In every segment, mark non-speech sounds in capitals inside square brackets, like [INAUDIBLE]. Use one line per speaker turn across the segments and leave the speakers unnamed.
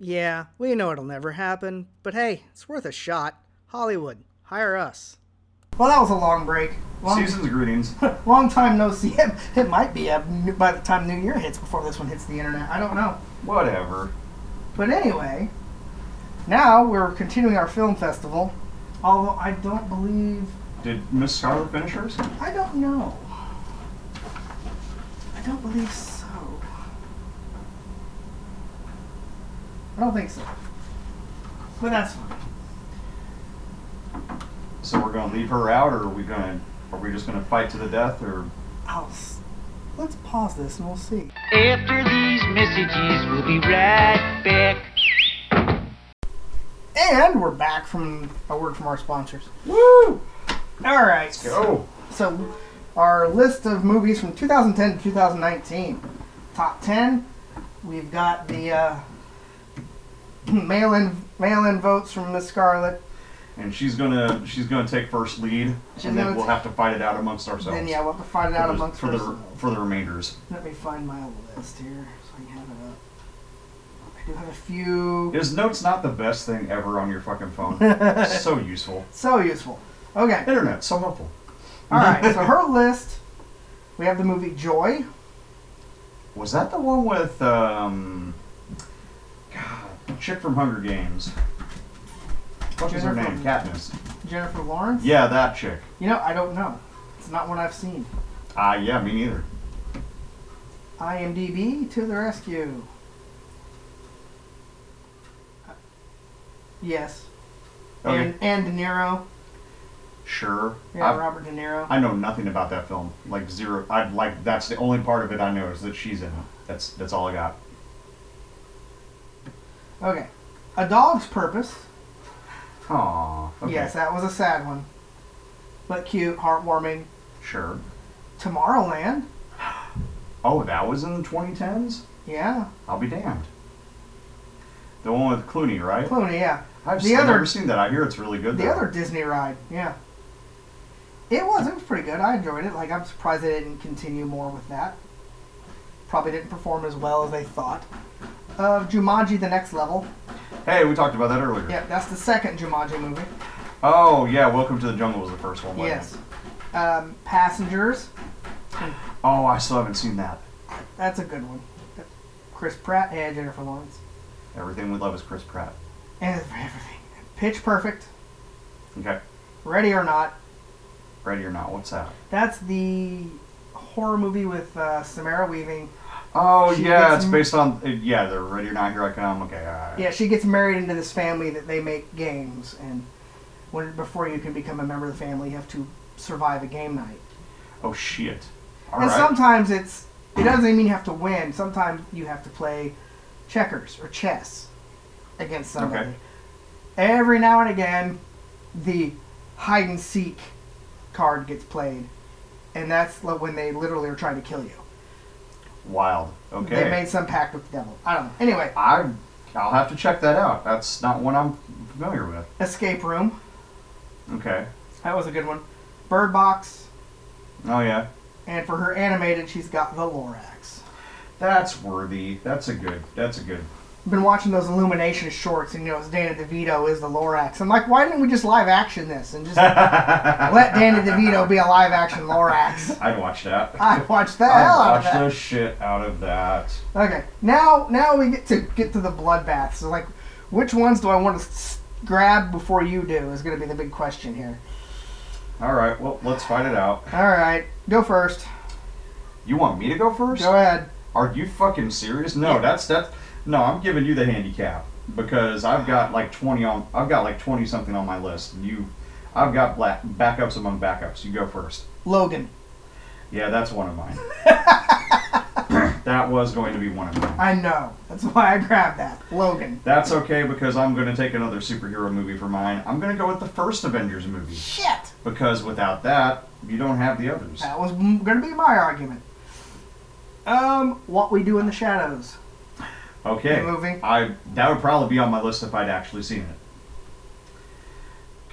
Yeah, we know it'll never happen, but hey, it's worth a shot. Hollywood, hire us. Well, that was a long break. Long,
Season's greetings. [LAUGHS]
long time no see. [LAUGHS] It might be uh, by the time New Year hits before this one hits the internet. I don't know.
Whatever.
But anyway, now we're continuing our film festival. Although I don't believe
Did Miss Scarlet finish hers?
I don't know. I don't believe so. I don't think so. But that's fine.
So we're gonna leave her out, or are we gonna, are we just gonna fight to the death, or?
I'll s- let's pause this and we'll see.
After these messages, we'll be right back.
And we're back from a word from our sponsors. Woo! All right.
Go.
So, our list of movies from 2010 to 2019. Top 10, we've got the uh, [CLEARS THROAT] mail-in mail-in votes from Miss Scarlet.
And she's gonna, she's gonna take first lead,
She's
and then
gonna
we'll
ta-
have to fight it out amongst ourselves.
Then yeah, we'll have to find it
for
out
the-
amongst
for the,
ourselves.
for
[LAUGHS]
the remainders.
Let me find my list here so I can have it up. I do have a few.
Is notes not the best thing ever on your
[LAUGHS]
fucking phone? so useful.
So useful. Okay.
Internet, so helpful.
All right.
[LAUGHS]
So her list. We have the movie Joy.
Was that the one with um, God, chick from Hunger Games? What was her
Jennifer-
name? Katniss.
Jennifer Lawrence.
Yeah, that chick.
You know, I don't know. It's not one I've seen.
Ah, yeah, me neither.
IMDb to the rescue. Uh, Yes.
Okay,
And, and De Niro.
Oh, sure.
Yeah,
I,
Robert De Niro.
I know nothing about that film. Like zero. I like that's the only part of it I know is that she's in it. That's that's all I got.
Okay. A Dog's Purpose.
Aw. Okay.
Yes, that was a sad one. But cute, heartwarming.
Sure.
Tomorrowland.
Oh, that was in the 2010s.
Yeah.
I'll be damned. The one with Clooney, right?
Clooney, yeah.
I've
The
the
other-
never seen that. I hear it's really good.
The
though.
other Disney ride, yeah. It was. It was pretty good. I enjoyed it. Like, I'm surprised they didn't continue more with that. Probably didn't perform as well as they thought. Uh, Jumanji The Next Level.
Hey, we talked about that earlier.
Yeah, that's the second Jumanji movie.
Oh yeah, Welcome to the Jungle was the first one. wasn't
Yes. Um, Passengers.
it? Oh, I still haven't seen that.
That's a good one. Chris Pratt and Jennifer Lawrence.
Everything we love is Chris Pratt.
And [LAUGHS] everything. Pitch Perfect.
Okay,
Ready or Not.
ready or not? What's that?
That's the horror movie with uh, Samara Weaving.
Oh
She
yeah,
gets
it's
m-
based on uh, yeah. The ready or not? Here I come. Okay, all right.
Yeah, she gets married into this family that they make games, and when before you can become a member of the family, you have to survive a game night.
Oh shit. All
and
right.
sometimes it's it doesn't even mean you have to win. Sometimes you have to play checkers or chess against somebody.
Okay.
Every now and again, the hide and seek card gets played, and that's li- when they literally are trying to kill you.
Wild.
They
Okay.
made some pact with the devil. I don't know. Anyway,
I I'll have to check that out. That's not one I'm familiar with.
escape room.
Okay.
That was a good one. Bird box.
Oh yeah.
And for her animated, she's got the Lorax.
That's worthy. That's a good. That's a good. [LAUGHS]
I've been watching those Illumination shorts, and you know, it's Dana DeVito is the Lorax. I'm like, why didn't we just live action this [LAUGHS] and just let Danny DeVito be a live action Lorax? [LAUGHS]
I'd watch that.
I watched Ah, the
I'd
hell out of
watch
that.
the shit out of that.
Okay, now now we get to get to the bloodbath. So like, which ones do I want to s- grab before you do is going to be the big question here.
All right. Well, let's find it out.
All right, go first.
You want me to go first?
Go ahead.
Are you fucking serious? No, that's that's no. I'm giving you the handicap because I've got like twenty on. I've got like twenty something on my list. You, I've got black backups among backups. You go first.
Logan.
Yeah, that's one of mine. that was going to be one of mine.
I know. That's [LAUGHS] why I grabbed that. Logan.
That's okay because I'm going to take another superhero movie for mine. I'm going to go with the first Avengers movie
Shit.
because without that, you don't have the others.
That was m- gonna be my argument. Um, what we do in the shadows.
Okay.
The movie?
I that would probably be on my list if I'd actually seen it.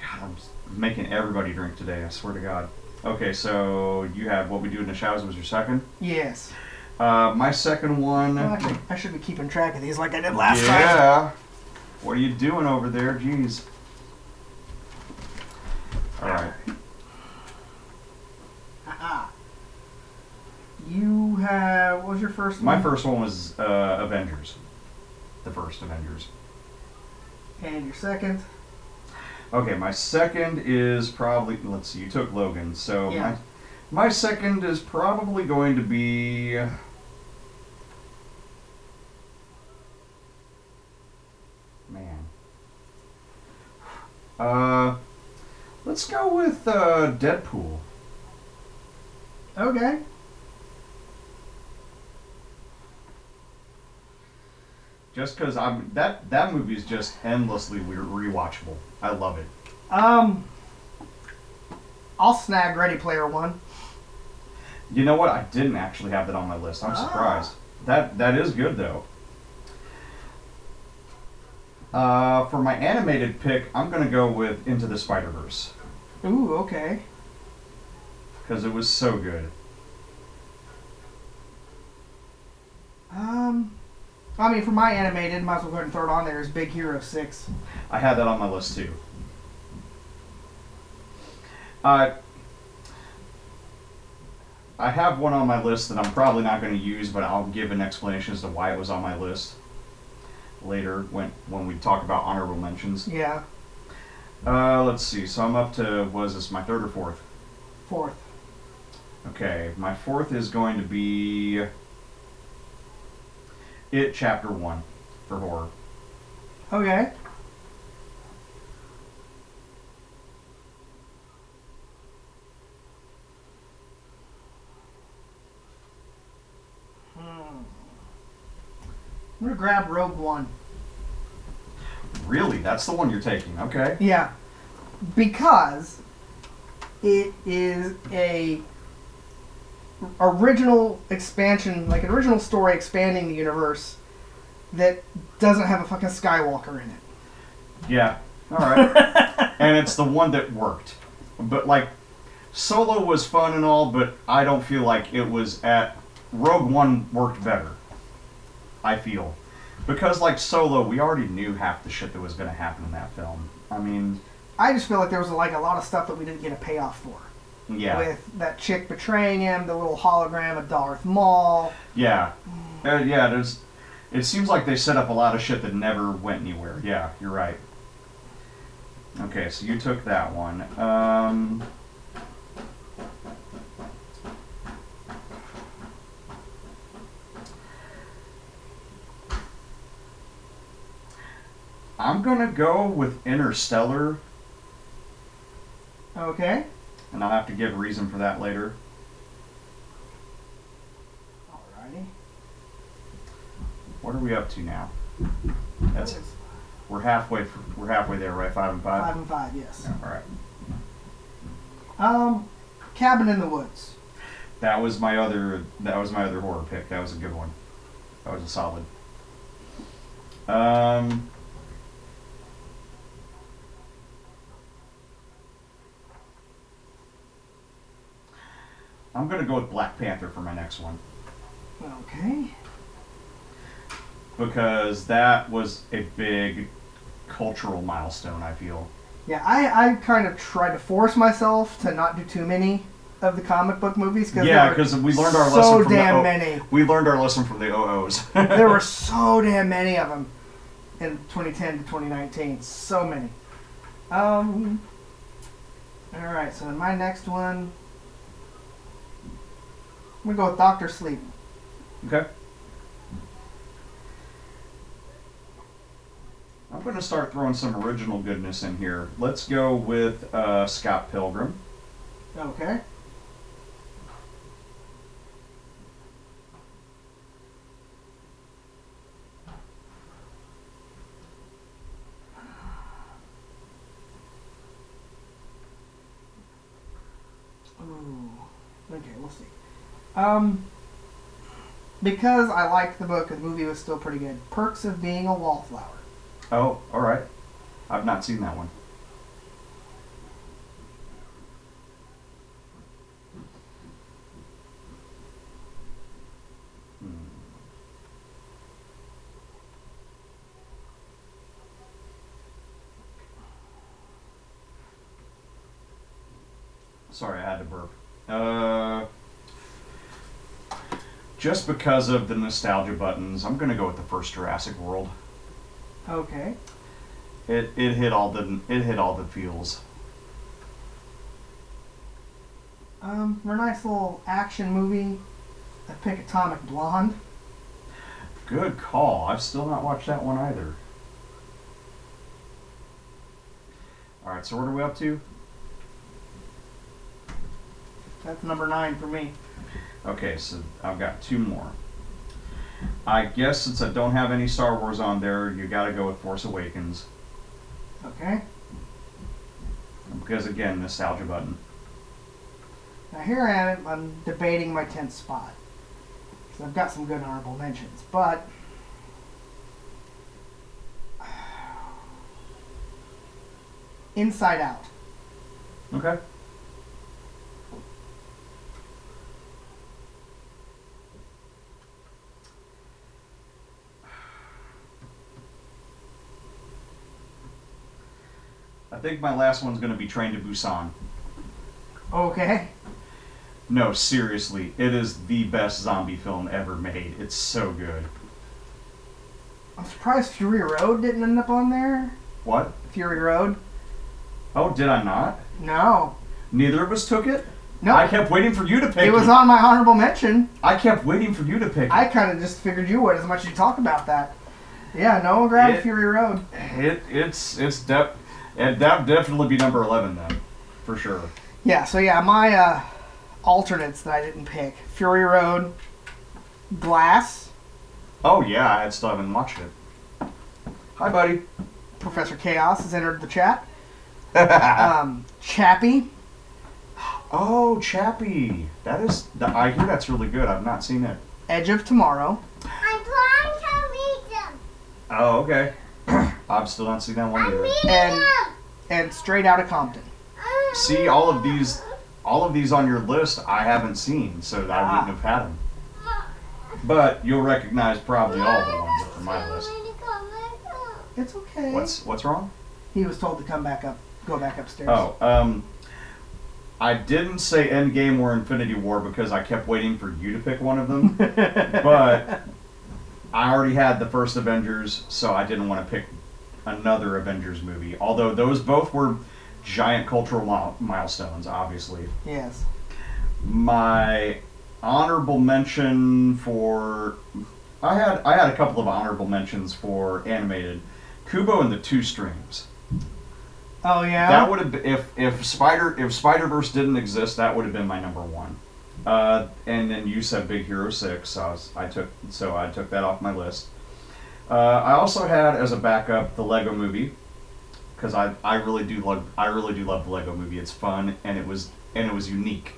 God, I'm s- making everybody drink today. I swear to God. Okay, so you had what we do in the shadows was your second.
Yes.
Uh, my second one.
Well, actually, I should be keeping track of these like I did last time.
yeah. What are you doing over there? Jeez. All right.
Aha. You have. What was your first
My
one?
first one was uh, Avengers. The first Avengers.
And your second.
Okay, my second is probably. Let's see, you took Logan, so
Yeah.
my my second is probably going to be. Man. Uh, let's go with uh, Deadpool.
Okay.
Just because I'm that that movie is just endlessly weird, rewatchable. I love it.
Um. I'll snag Ready Player One.
You know what? I didn't actually have that on my list. I'm
Ah.
surprised. That that is good though. Uh, for my animated pick, I'm gonna go with Into the Spider Verse
Ooh, okay.
because it was so good.
Um. I mean, for my animated, might as well go ahead and throw it on there. Is Big Hero Six?
I had that on my list too. Uh, I have one on my list that I'm probably not going to use, but I'll give an explanation as to why it was on my list later when when we talk about honorable mentions.
Yeah.
Uh, let's see. So I'm up to was this my third or fourth?
Fourth.
Okay, my fourth is going to be it chapter one for horror.
Okay. Hmm. I'm gonna grab Rogue One.
Really, that's the one you're taking? Okay.
Yeah, because it is a original expansion, like an original story expanding the universe that doesn't have a fucking Skywalker in it.
Yeah. All right. and it's the one that worked, but like Solo was fun and all, but I don't feel like it was at Rogue One worked better. I feel because like Solo, we already knew half the shit that was going to happen in that film. I mean,
I just feel like there was like a lot of stuff that we didn't get a payoff for.
yeah.
With that chick betraying him, the little hologram of Darth Maul.
Yeah, Uh, yeah. There's. It seems like they set up a lot of shit that never went anywhere. Yeah, you're right. Okay, so you took that one. Um, I'm gonna go with Interstellar,
Okay.
and I'll have to give a reason for that later.
Alrighty.
What are we up to now? That's we're halfway. We're halfway there, right? Five and
Five
five.
and five, yes.
All right.
Um, Cabin in the Woods.
That was my other. That was my other horror pick. That was a good one. That was a solid. Um. I'm gonna go with Black Panther for my next one
Okay.
because that was a big cultural milestone. I feel.
Yeah, I, I kind of try to force myself to not do too many of the comic book movies because
Yeah, because we learned our
so
lesson from
damn
the, oh,
many.
We learned our lesson from the OOs.
There were so damn many of them in 2010 to 2019. So many. Um. All right, so in my next one, I'm gonna go with Doctor Sleep.
Okay. I'm going to start throwing some original goodness in here. Let's go with uh, Scott Pilgrim.
Okay. Ooh. Okay, we'll see. Um, because I liked the book, the movie was still pretty good. Perks of Being a Wallflower.
Oh, all right. I've not seen that one. Hmm. Sorry, I had to burp. Uh, just because of the nostalgia buttons, I'm gonna go with the first Jurassic World.
Okay.
It it hit all the it hit all the feels.
Um, for a nice little action movie, I pick Atomic Blonde.
Good call. I've still not watched that one either. All right, so what are we up to?
That's number nine for me.
Okay, so I've got two more. I guess since I don't have any Star Wars on there, you got to go with Force Awakens
Okay.
because again, nostalgia button.
Now here I am. I'm debating my tenth spot. 'Cause I've got some good honorable mentions, but [SIGHS] Inside Out.
Okay. I think my last one's going to be Train to Busan.
Okay.
No, seriously, it is the best zombie film ever made. It's so good.
I'm surprised Fury Road didn't end up on there.
What?
Fury Road?
Oh, did I not?
No.
Neither of us took it?
No.
I kept waiting for you to pick
it
it.
was on my honorable mention.
I kept waiting for you to pick
I
it.
kind of just figured you would as much as you talk about that. Yeah, no one grabbed
It-
Fury Road.
it it's it's def and that definitely be number eleven then, for sure.
Yeah, so yeah, my uh, alternates that I didn't pick Fury Road, Glass,
Oh yeah, I still haven't watched it. Hi, buddy.
Professor Chaos has entered the chat,
Ah.
um, Chappie,
[LAUGHS] Oh, Chappie. That is. th- I hear that's really good. I've not seen it.
Edge of Tomorrow,
I'm trying to meet them.
Oh, okay. [CLEARS THROAT] I've still not seen that one
I'm
either.
meeting
And-
them.
and Straight Outta Compton.
I'm-
See, all of these, all of these on your list, I haven't seen, so I
Ah.
wouldn't have had them. But you'll recognize probably all the ones from my list.
It's okay.
What's what's wrong?
He was told to come back up, go back upstairs.
Oh, um, I didn't say Endgame or Infinity War because I kept waiting for you to pick one of them. but I already had the first Avengers, so I didn't want to pick another Avengers movie. Although those both were giant cultural mile- milestones, obviously.
Yes.
My honorable mention for I had I had a couple of honorable mentions for animated Kubo and the Two Strings.
Oh, yeah?
That would have been, if if Spider if Spider Verse didn't exist, that would have been my number one. Uh, and then you said Big Hero Six, so I, was, I took so I took that off my list. Uh, I also had as a backup the Lego Movie because I, I really do love I really do love the Lego Movie. It's fun and it was and it was unique.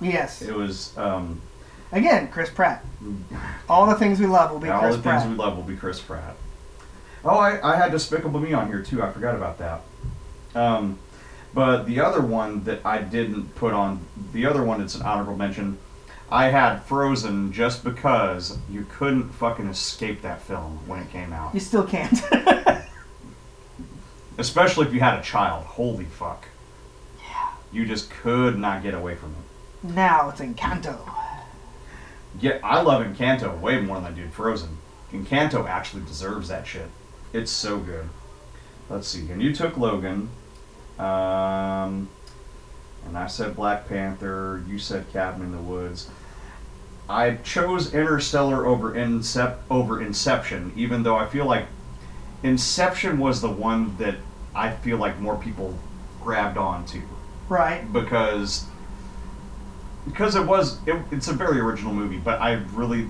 yes.
It was um,
Again, Chris Pratt. All the things we love will be
all
Chris
the
Pratt.
things we love will be Chris Pratt. Oh, I, I had Despicable Me on here too. I forgot about that. Um, but the other one that I didn't put on, the other one that's an honorable mention, I had Frozen just because you couldn't fucking escape that film when it came out.
You still can't. [LAUGHS]
Especially if you had a child. Holy fuck. You just could not get away from it.
now it's Encanto.
Yeah, I love Encanto way more than I do Frozen. Encanto actually deserves that shit. It's so good. Let's see. And you took Logan. Um, and I said Black Panther. You said Cabin in the Woods. I chose Interstellar over Incep- over Inception, even though I feel like Inception was the one that I feel like more people grabbed onto
Right.
because because it was it, it's a very original movie, but I really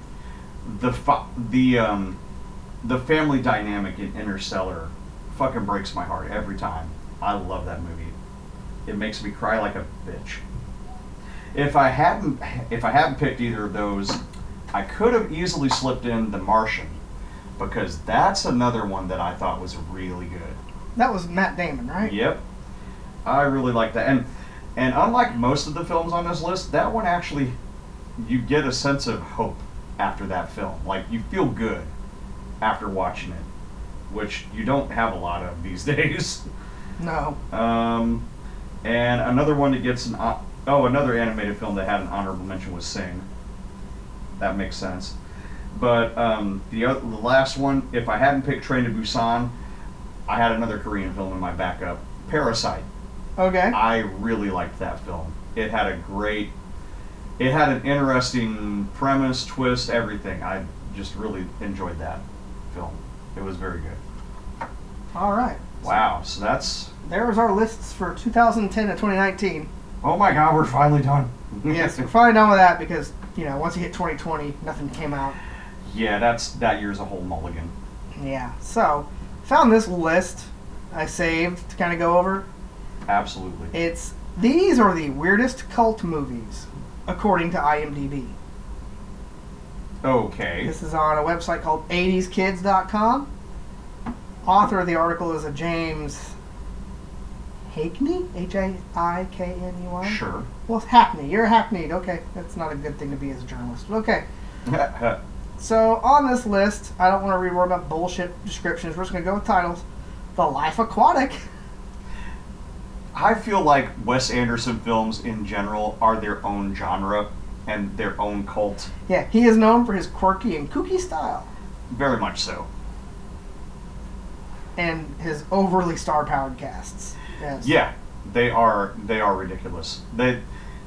the fa- the um, the family dynamic in Interstellar fucking breaks my heart every time. I love that movie. It makes me cry like a bitch. If I hadn't if I hadn't picked either of those, I could have easily slipped in The Martian because that's another one that I thought was really good.
That was Matt Damon, right?
Yep. I really like that. And and unlike most of the films on this list, that one actually you get a sense of hope after that film. Like you feel good after watching it, which you don't have a lot of these [LAUGHS] days.
No.
Um, and another one that gets an o- Oh, another animated film that had an honorable mention was Sing. That makes sense. But um, the oth- the last one, if I hadn't picked Train to Busan, I had another Korean film in my backup, Parasite.
Okay.
I really liked that film. It had a great, it had an interesting premise, twist, everything. I just really enjoyed that film. It was very good.
All right.
Wow. So that's
There's our lists for 2010 to 2019.
oh my god, we're finally done. [LAUGHS]
Yes, we're finally done with that because you know once you hit 2020, nothing came out.
yeah. That's that year's a whole mulligan.
Yeah. So found this list I saved to kind of go over.
Absolutely.
It's these are the weirdest cult movies according to IMDb.
Okay.
This is on a website called 80skids.com. Author of the article is a James Hackney, H A I K N E Y.
Sure. [LAUGHS]
Well, Hackney. You're hackneyed. Okay, that's not a good thing to be as a journalist. Okay. So on this list, I don't want to read more about bullshit descriptions. We're just gonna go with titles. The Life Aquatic. [LAUGHS]
I feel like Wes Anderson films in general are their own genre and their own cult.
Yeah, he is known for his quirky and kooky style
Very much so.
and his overly star-powered casts. Yes.
Yeah, they are they are ridiculous. They,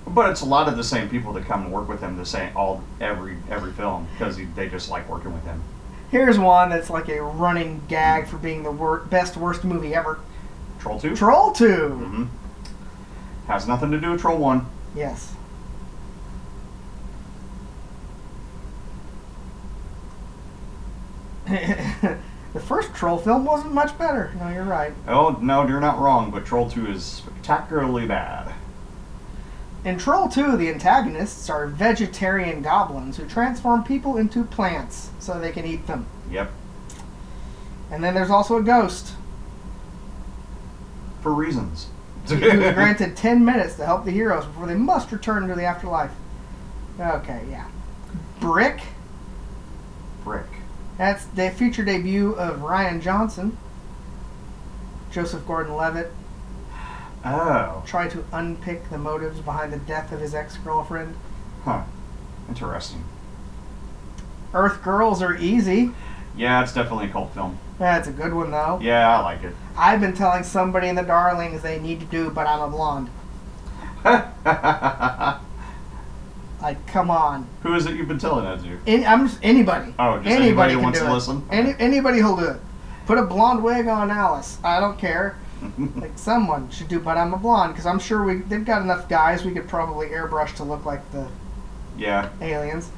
but it's a lot of the same people that come and work with him. The same all every every film because they just like working with him.
Here's one that's like a running gag for being the wor- best worst movie ever.
Troll two
Troll 2.
hmm has nothing to do with Troll one.
Yes. [LAUGHS] the first troll film wasn't much better. No, you're right.
Oh no, you're not wrong. But Troll two is spectacularly bad.
In Troll 2, the antagonists are vegetarian goblins who transform people into plants so they can eat them.
Yep,
And then there's also a ghost
for reasons. [LAUGHS]
who is [LAUGHS] granted 10 minutes to help the heroes before they must return to the afterlife. Okay, yeah. Brick,
Brick.
that's the feature debut of Ryan Johnson. Joseph Gordon Levitt
Oh,
tried to unpick the motives behind the death of his ex girlfriend.
huh. Interesting.
Earth Girls Are Easy.
Yeah, it's definitely a cult film.
That's a good one, though.
Yeah, I like it. [LAUGHS]
I've been telling somebody in the Darlings they need to do, but I'm a blonde. Like, come on.
Who is it you've been telling that to?
Any, I'm just, anybody.
Oh, just anybody who
can
wants
do
to
it.
listen?
Any, anybody who'll do it. Put a blonde wig on Alice. I don't care. Like someone should do, but I'm a blonde because I'm sure we they've got enough guys we could probably airbrush to look like the
[LAUGHS] yeah.
aliens.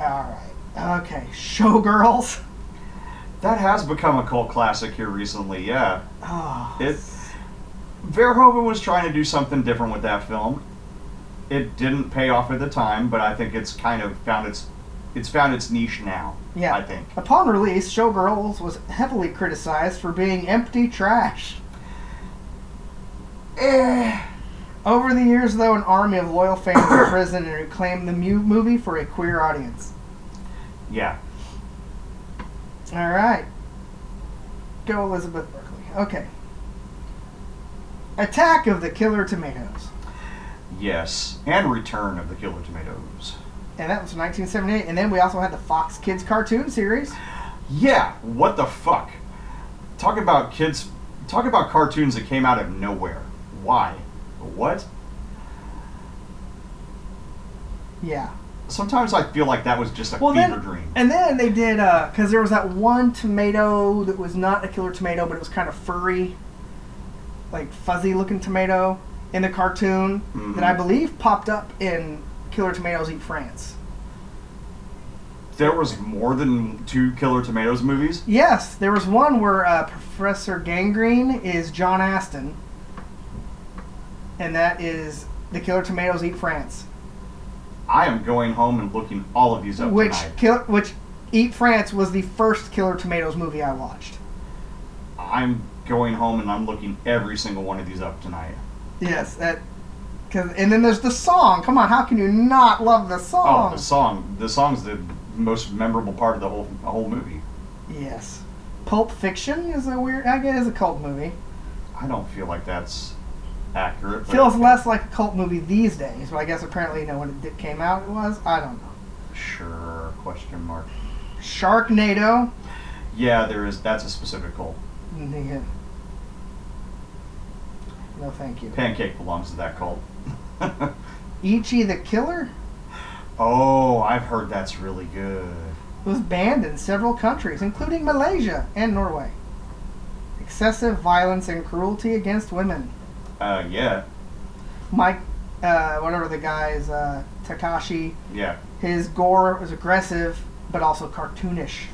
All right. Okay. Showgirls. [SIGHS]
That has become a cult classic here recently, yeah.
Oh,
It Verhoeven was trying to do something different with that film. It didn't pay off at the time, but I think it's kind of found its it's found its niche now.
Yeah.
I think.
Upon release, Showgirls was heavily criticized for being empty trash.
Eh,
Over the years, though, an army of loyal fans [COUGHS] have risen and reclaimed the mu- movie for a queer audience.
yeah.
All right. Go Elizabeth Berkley. Okay. Attack of the Killer Tomatoes.
Yes. And Return of the Killer Tomatoes.
And that was from 1978. And then we also had the Fox Kids cartoon series.
Yeah, what the fuck? Talk about kids talk about cartoons that came out of nowhere. Why? What?
Yeah.
Sometimes I feel like that was just a
Well,
fever
then,
dream.
and then they did, because there was that one tomato that was not a killer tomato, but it was kind of furry, like fuzzy looking tomato in the cartoon
Mhm.
that I believe popped up in Killer Tomatoes Eat France.
There was more than two Killer Tomatoes movies.
Yes, there was one where uh, Professor Gangrene is John Aston, and that is The Killer Tomatoes Eat France,
I am going home and looking all of these up
which
tonight.
kill, which Eat France was the first Killer Tomatoes movie I watched.
I'm going home and I'm looking every single one of these up tonight.
Yes, that. Cause, and then there's the song. Come on, how can you not love the
Oh,
song?
the song. The song's the most memorable part of the whole the whole movie.
Yes. Pulp Fiction is a weird. I guess is a cult movie.
I don't feel like that's accurate. but-
Feels less like a cult movie these days, but I guess apparently, you know, when it did- came out, it was. I don't know.
Sure. Question mark.
Sharknado.
Yeah, there is. That's a specific goal.
Yeah. No, thank you.
Pancake belongs to that cult. [LAUGHS]
Ichi the Killer
oh, I've heard that's really good.
was banned in several countries, including Malaysia and Norway. Excessive violence and cruelty against women.
Uh, yeah,
Mike, uh, whatever the guy's, uh, Takashi,
yeah.
his gore was aggressive but also cartoonish,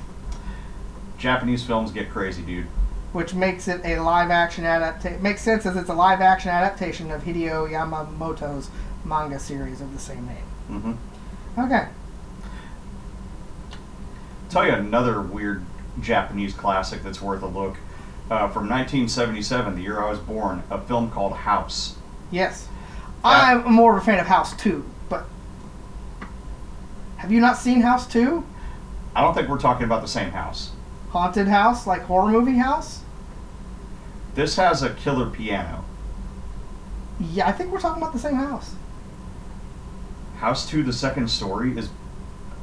Japanese films get crazy, dude.
which makes it a live action adaptation. Makes sense as it's a live action adaptation of Hideo Yamamoto's manga series of the same name.
Mm-hmm.
Okay.
Tell you another weird Japanese classic that's worth a look. Uh, from 1977, the year I was born, a film called House.
Yes. I'm more of a fan of House 2, but. Have you not seen House 2?
I don't think we're talking about the same house.
Haunted House, like horror movie house?
This has a killer piano.
Yeah, I think we're talking about the same house.
House 2, the second story, is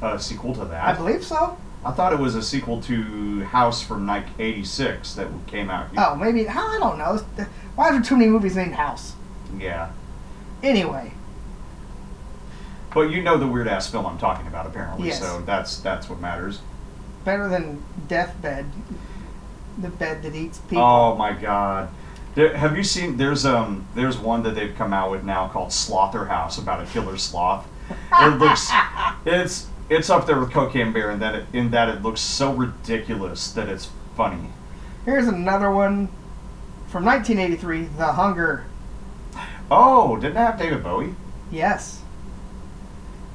a sequel to that.
I believe so.
I thought it was a sequel to House from like '86 that came out. here.
Oh, maybe. I don't know. uh, Why are there too many movies named House?
Yeah,
Anyway,
but you know the weird ass film I'm talking about, apparently.
Yes.
So that's that's what matters.
better than Deathbed. The bed that eats people.
Oh my God, there, have you seen? There's um there's one that they've come out with now called Slaughter House about a killer sloth.
[LAUGHS]
It looks it's it's up there with Cocaine Bear in that it, in that it looks so ridiculous that it's funny.
Here's another one from 1983 The Hunger.
Oh, didn't I have David Bowie?
Yes.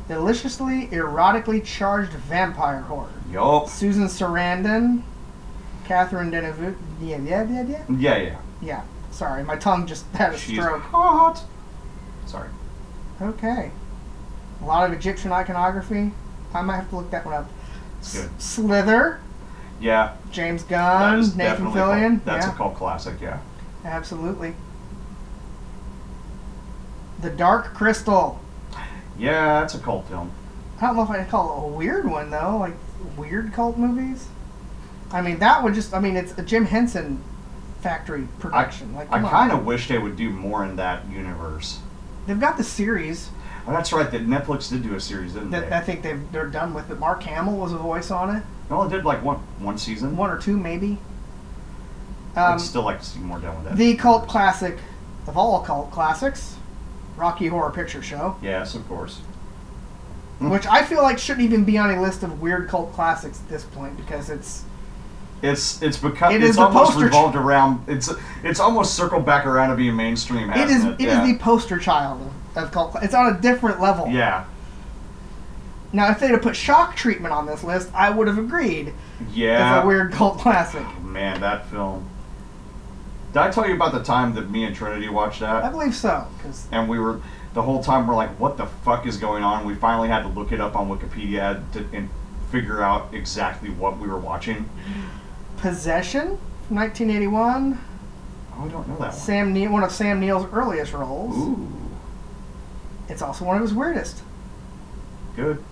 Deliciously erotically charged vampire horror.
Yup.
Susan Sarandon, Catherine Deneuve. Yeah, yeah, yeah, yeah.
Yeah, yeah.
Yeah. Sorry, my tongue just had a
She's
stroke.
hot. Sorry.
Okay. A lot of Egyptian iconography. I might have to look that one up. S-
Good.
Slither,
Yeah,
James
that
Gunn,
is
Nathan
definitely a cult-
Fillion.
that's
yeah,
a cult classic. Yeah.
absolutely. The Dark Crystal.
Yeah, it's a cult film.
I don't know if I'd call it a weird one though, like weird cult movies. I mean, that would just—I mean, it's a Jim Henson factory production. like,
I
come on.
kind of wish they would do more in that universe.
They've got the series
Oh, that's right. That Netflix did do a series, didn't
that
they?
I think they've, they're done with. But Mark Hamill was a voice on it,
no, it did like one one season.
one or two maybe.
I'd
Um,
still like to see more done with that.
the cult classic of all cult classics, Rocky Horror Picture Show,
Yes, of course. Mm-hmm.
which I feel like shouldn't even be on a list of weird cult classics at this point because it's
It's it's become
It
it's
is the
almost
poster ch-
revolved around it's it's almost circled back around to being mainstream.
it is
Hasn't
it
it
is
yeah.
the poster child of, of cult. cla- It's on a different level.
yeah
Now, if they'd have put Shock Treatment on this list, I would have agreed
yeah
as a weird cult classic.
man that film. Did I tell you about the time that me and Trinity watched that?
I believe so because
and we were the whole time we're like what the fuck is going on we finally had to look it up on wikipedia to, and figure out exactly what we were watching
Possession, from 1981,
oh i don't know that one
Sam Neill, one of Sam Neill's earliest roles.
ooh
It's also one of his weirdest.
good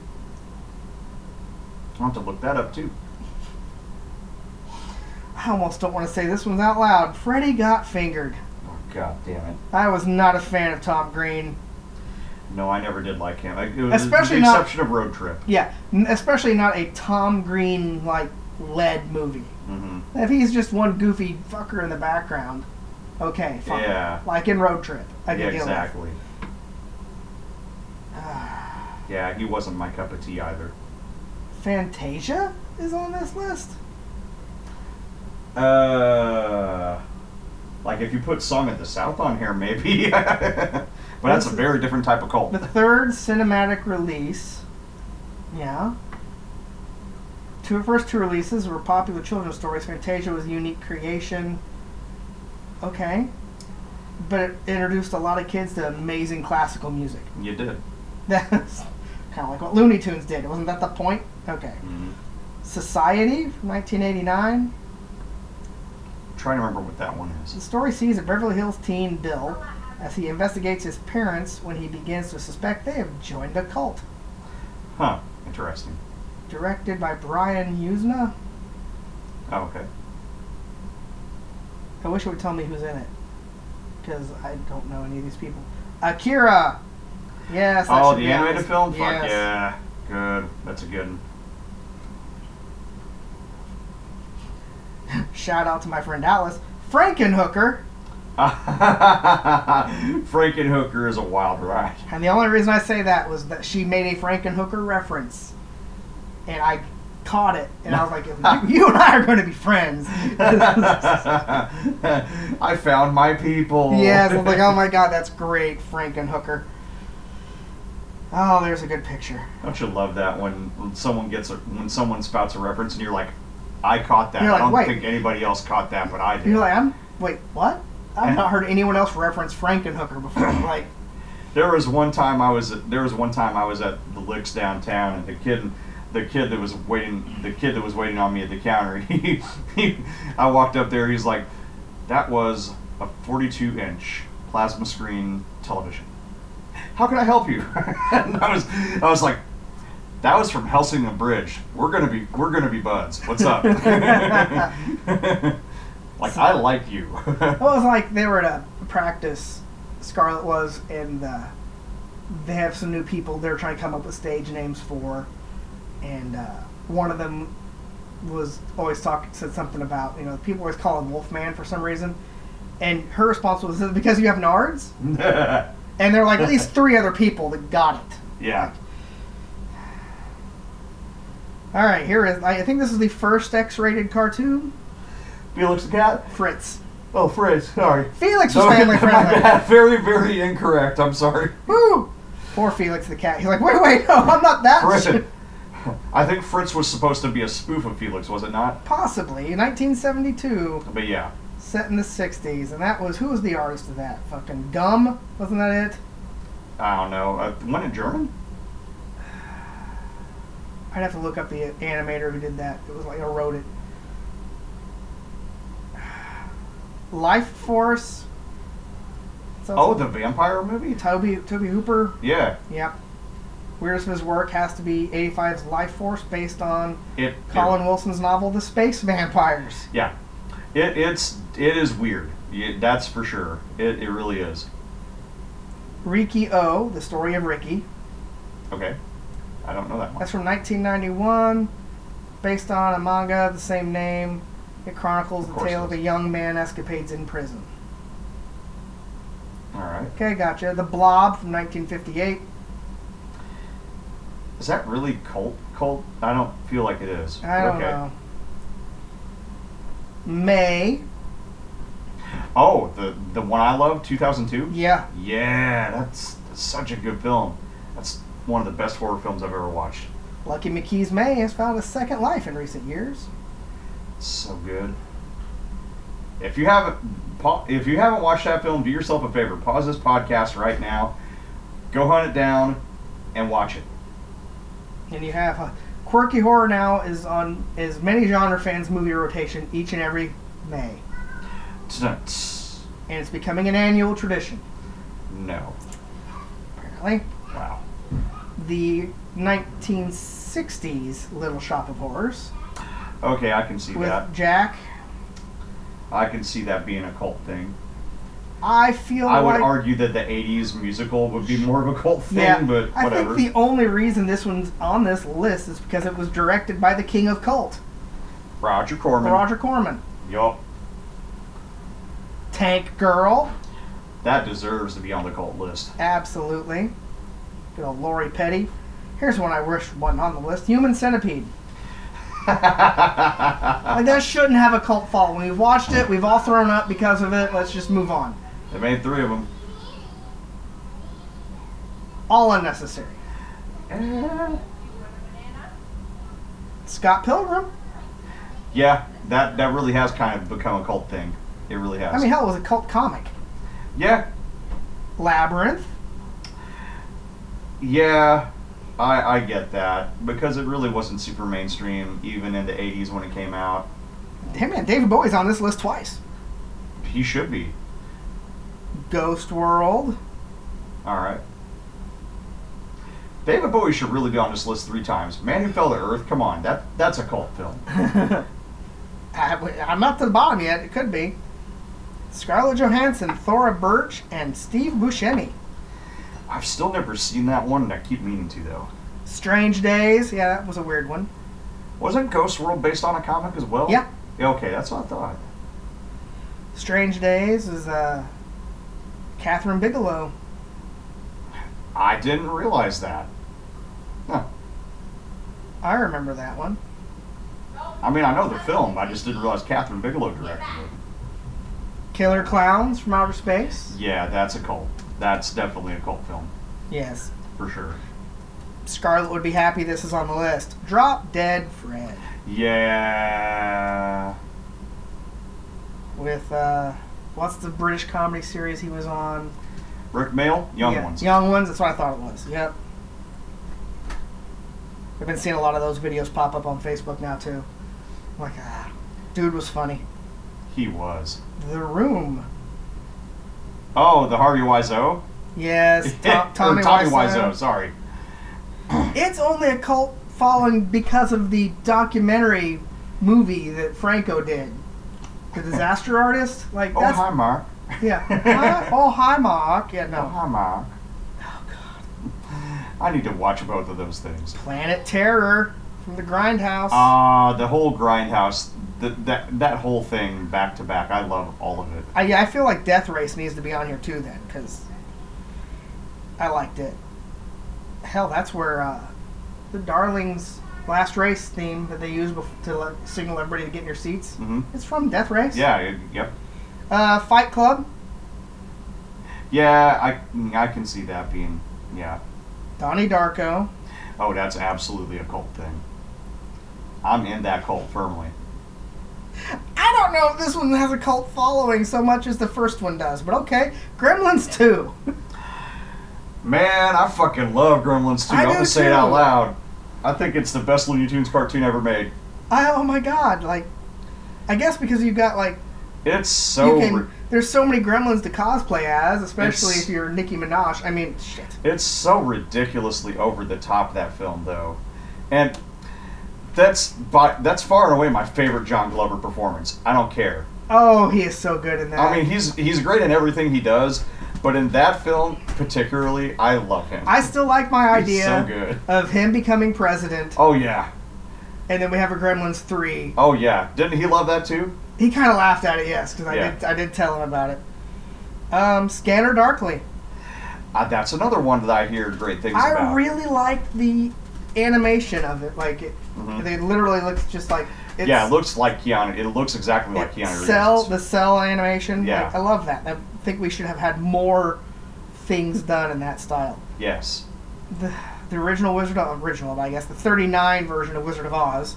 i'll have to look that up too
I almost don't want to say this one out loud. Freddy got fingered.
oh god damn it
I was not a fan of Tom Green.
no i never did like him I, it was
Especially
with the
not-
exception of road trip
Yeah, n- especially not a Tom Green like led movie.
hmm
If he's just one goofy fucker in the background, okay, fine.
yeah
Like in Road Trip, I can
yeah
deal
exactly
with. Ah,
yeah he wasn't my cup of tea either
Fantasia is on this list.
uh like if you put song of the south on here maybe [LAUGHS] but that's a very different type of cult
The third cinematic release. Yeah. Two first two releases were popular children's stories. Fantasia was a unique creation. Okay. But it introduced a lot of kids to amazing classical music. [LAUGHS]
you did
That's kind of like what Looney Tunes did. Wasn't that the point? Okay.
Mhm.
Society from 1989.
trying to remember what that one is.
The story sees a Beverly Hills teen, Bill, as he investigates his parents when he begins to suspect they have joined a cult.
Huh. Interesting.
Directed by Brian Usna.
Oh, okay.
I wish it would tell me who's in it, because I don't know any of these people. Akira. Yes. that
oh,
should
the
be on
animated
this-
film?
Yes.
Fuck yeah. Good. That's a good one. [LAUGHS]
Shout out to my friend Alice. Frankenhooker.
Frankenhooker is a wild ride. [LAUGHS]
And the only reason I say that was that she made a Frankenhooker reference, and I caught it, and I was
[LAUGHS]
like, "You, you and I are going to be friends." yes,
I found my people.
I was like, "Oh my god, that's great, Frankenhooker." Oh, there's a good picture.
[LAUGHS] Don't you love that when, when someone gets a, when someone spouts a reference and you're like, I caught that.
You're
I
like,
don't
wait.
think anybody else caught that, but I did.
You're like, "I'm wait, what? I've not heard anyone else reference Frankenhooker
[CLEARS THROAT]
before." like,
There was one time I was at, there was one time I was at the Licks downtown, and the kid, the kid that was waiting, the kid that was waiting on me at the counter, [LAUGHS] he, he I walked up there. He's like, "That was a 42 inch plasma screen television. How can I help you?" [LAUGHS] and I was, I was like, "That was from Helsingland Bridge. We're gonna be, we're gonna be buds. What's up?" [LAUGHS] like I like you. [LAUGHS]
It was like they were at a practice. Scarlet was, and uh, they have some new people they're trying to come up with stage names for, and uh, one of them was always talking said something about you know people always call him Wolfman for some reason, and her response was "Is it because you have nards,
Mm-hmm.
and there were like at
[LAUGHS]
least three other people that got it.
yeah.
All right, here is I think this is the first X-rated cartoon.
Felix the cat.
Fritz,
Oh, Fritz. Sorry.
Felix was
[LAUGHS] Sorry,
family
Oh, my
friendly.
bad. Very, very incorrect.
[LAUGHS]
I'm sorry.
Woo! Poor Felix the cat. He's like, wait, wait, no, I'm not that.
Fritz. I think Fritz was supposed to be a spoof of Felix, was it not?
Possibly. 1972,
But yeah.
set in the 60s. And that was, who was the artist of that? Fucking Gum? Wasn't that it?
I don't know. Uh, one in German?
I'd have to look up the animator who did that. It was like, I wrote it. [SIGHS] Life Force. It's
Oh,
also-
the vampire movie?
Toby, Toby Hooper.
Yeah.
Yep. Weirdest of his work has to be 85's Life Force based on
It.
Colin Wilson's novel, The Space Vampires.
Yeah. It, it's it is weird. Yeah, that's for sure. It, it really is.
Ricky O, The Story of Ricky.
Okay. I don't know that one.
That's from 1991, based on a manga of the same name. It chronicles
Of
the
course
tale
it
of a
is.
young man escapades in prison.
All right.
Okay, gotcha. The Blob from 1958.
Is that really cult? Cult? I don't feel like it is.
I don't
okay.
know. May.
Oh, the the one I love, 2002.
Yeah.
Yeah, that's, that's such a good film. That's one of the best horror films I've ever watched.
Lucky McKee's May has found a second life in recent years.
It's so good. If you haven't pa- if you haven't watched that film, do yourself a favor. Pause this podcast right now. Go hunt it down and watch it.
And you have uh, Quirky Horror now is on is many genre fans movie rotation each and every May.
Tss,
And it's becoming an annual tradition,
No.
apparently.
Wow.
The 1960s Little Shop of Horrors.
Okay, I can see
with
that.
Jack.
I can see that being a cult thing.
I feel
I would
like
argue that the 80s musical would be more of a cult thing,
yeah,
but
I
whatever.
think the only reason this one's on this list is because it was directed by the king of cult,
Roger Corman.
Roger Corman.
Yup.
Tank Girl,
That deserves to be on the cult list.
absolutely. Good old Lori Petty. Here's one I wish wasn't on the list: Human Centipede. [LAUGHS] Like that shouldn't have a cult following. We've watched it. We've all thrown up because of it. Let's just move on.
They made three of them.
All unnecessary. Eh. Scott Pilgrim.
Yeah, that that really has kind of become a cult thing. It really has.
I mean, hell, it was a cult comic.
yeah,
Labyrinth.
yeah, I I get that because it really wasn't super mainstream even in the '80s when it came out.
Hey man, David Bowie's on this list twice.
He should be.
Ghost World. [LAUGHS]
All right. David Bowie should really be on this list three times. Man Who Fell to Earth, come on, that that's a cult film.
I, I'm not to the bottom yet. It could be. Scarlett Johansson, Thora Birch, and Steve Buscemi.
I've still never seen that one, and I keep meaning to though.
Strange Days. Yeah, that was a weird one.
Wasn't Ghost World based on a comic as well?
Yeah.
Yeah, Okay, that's what I thought.
Strange Days is uh, Catherine Bigelow.
I didn't realize that. Huh.
I remember that one.
I mean, I know the film, I just didn't realize Catherine Bigelow directed it.
Killer Clowns from Outer Space.
Yeah, that's a cult. That's definitely a cult film
Yes.
for sure.
Scarlett would be happy this is on the list. Drop Dead Fred
Yeah.
with uh, what's the British comedy series he was on?
Rick Mail, Young
Yeah,
Ones.
Young ones. That's what I thought it was. Yep. I've been seeing a lot of those videos pop up on Facebook now too. I'm like, ah, dude was funny.
He was.
The Room.
Oh, the Harvey Wiseau. [LAUGHS]
Yes. Tom,
Or
Tommy,
Tommy
Wiseau.
Wiseau. Sorry.
It's only a cult following because of the documentary movie that Franco did. The Disaster [LAUGHS] Artist. Like
Oh,
that's
hi, Mark.
[LAUGHS] yeah. Huh? oh hi, Mark. Yeah,
Oh,
no. Oh,
hi, Mark. I need to watch both of those things.
Planet Terror from the Grindhouse.
Ah, the whole Grindhouse, th that that whole thing back to back. I love all of it.
I, yeah, I feel like Death Race needs to be on here too, then, because I liked it. Hell, that's where uh, the Darlings' last race theme that they use bef- to like, signal everybody to get in your seats.
hmm
It's from Death Race.
Yeah. it- Yep.
Uh, Fight Club,
Yeah. I mm, I can see that being. Yeah.
Donnie Darko,
Oh, that's absolutely a cult thing. I'm in that cult firmly.
I don't know if this one has a cult following so much as the first one does, but okay. Gremlins 2.
Man, I fucking love Gremlins 2.
I
I'm
do
gonna say it out
too.
loud. I think it's the best Looney Tunes cartoon ever made.
[LAUGHS] I, oh my god, like, I guess because you've got, like,
It's so
you can,
re-
there's so many gremlins to cosplay as, especially
It's-
if you're Nicki Minaj. I mean, shit.
it's so ridiculously over the top that film though, and that's by, that's far and away my favorite John Glover performance. I don't care.
Oh, he is so good in that.
I mean, he's he's great in everything he does, but in that film particularly, I love him.
I still like my
He's so
idea
good.
of him becoming president,
Oh yeah,
and then we have a Gremlins three.
oh yeah. Didn't he love that too?
He kind of laughed at it, yes, because I
Yeah.
did. I did tell him about it. Um, Scanner Darkly.
Uh, that's another one that I hear great things
I
about.
really liked the animation of it. Like it,
Mhm.
they literally looks just like it's,
yeah, it looks like Keanu. It looks exactly like
it-
Keanu Reeves.
cell the cell animation.
Yeah.
Like, I love that. I think we should have had more things done in that style.
yes.
the, the original Wizard of original, but I guess the '39 version of Wizard of Oz.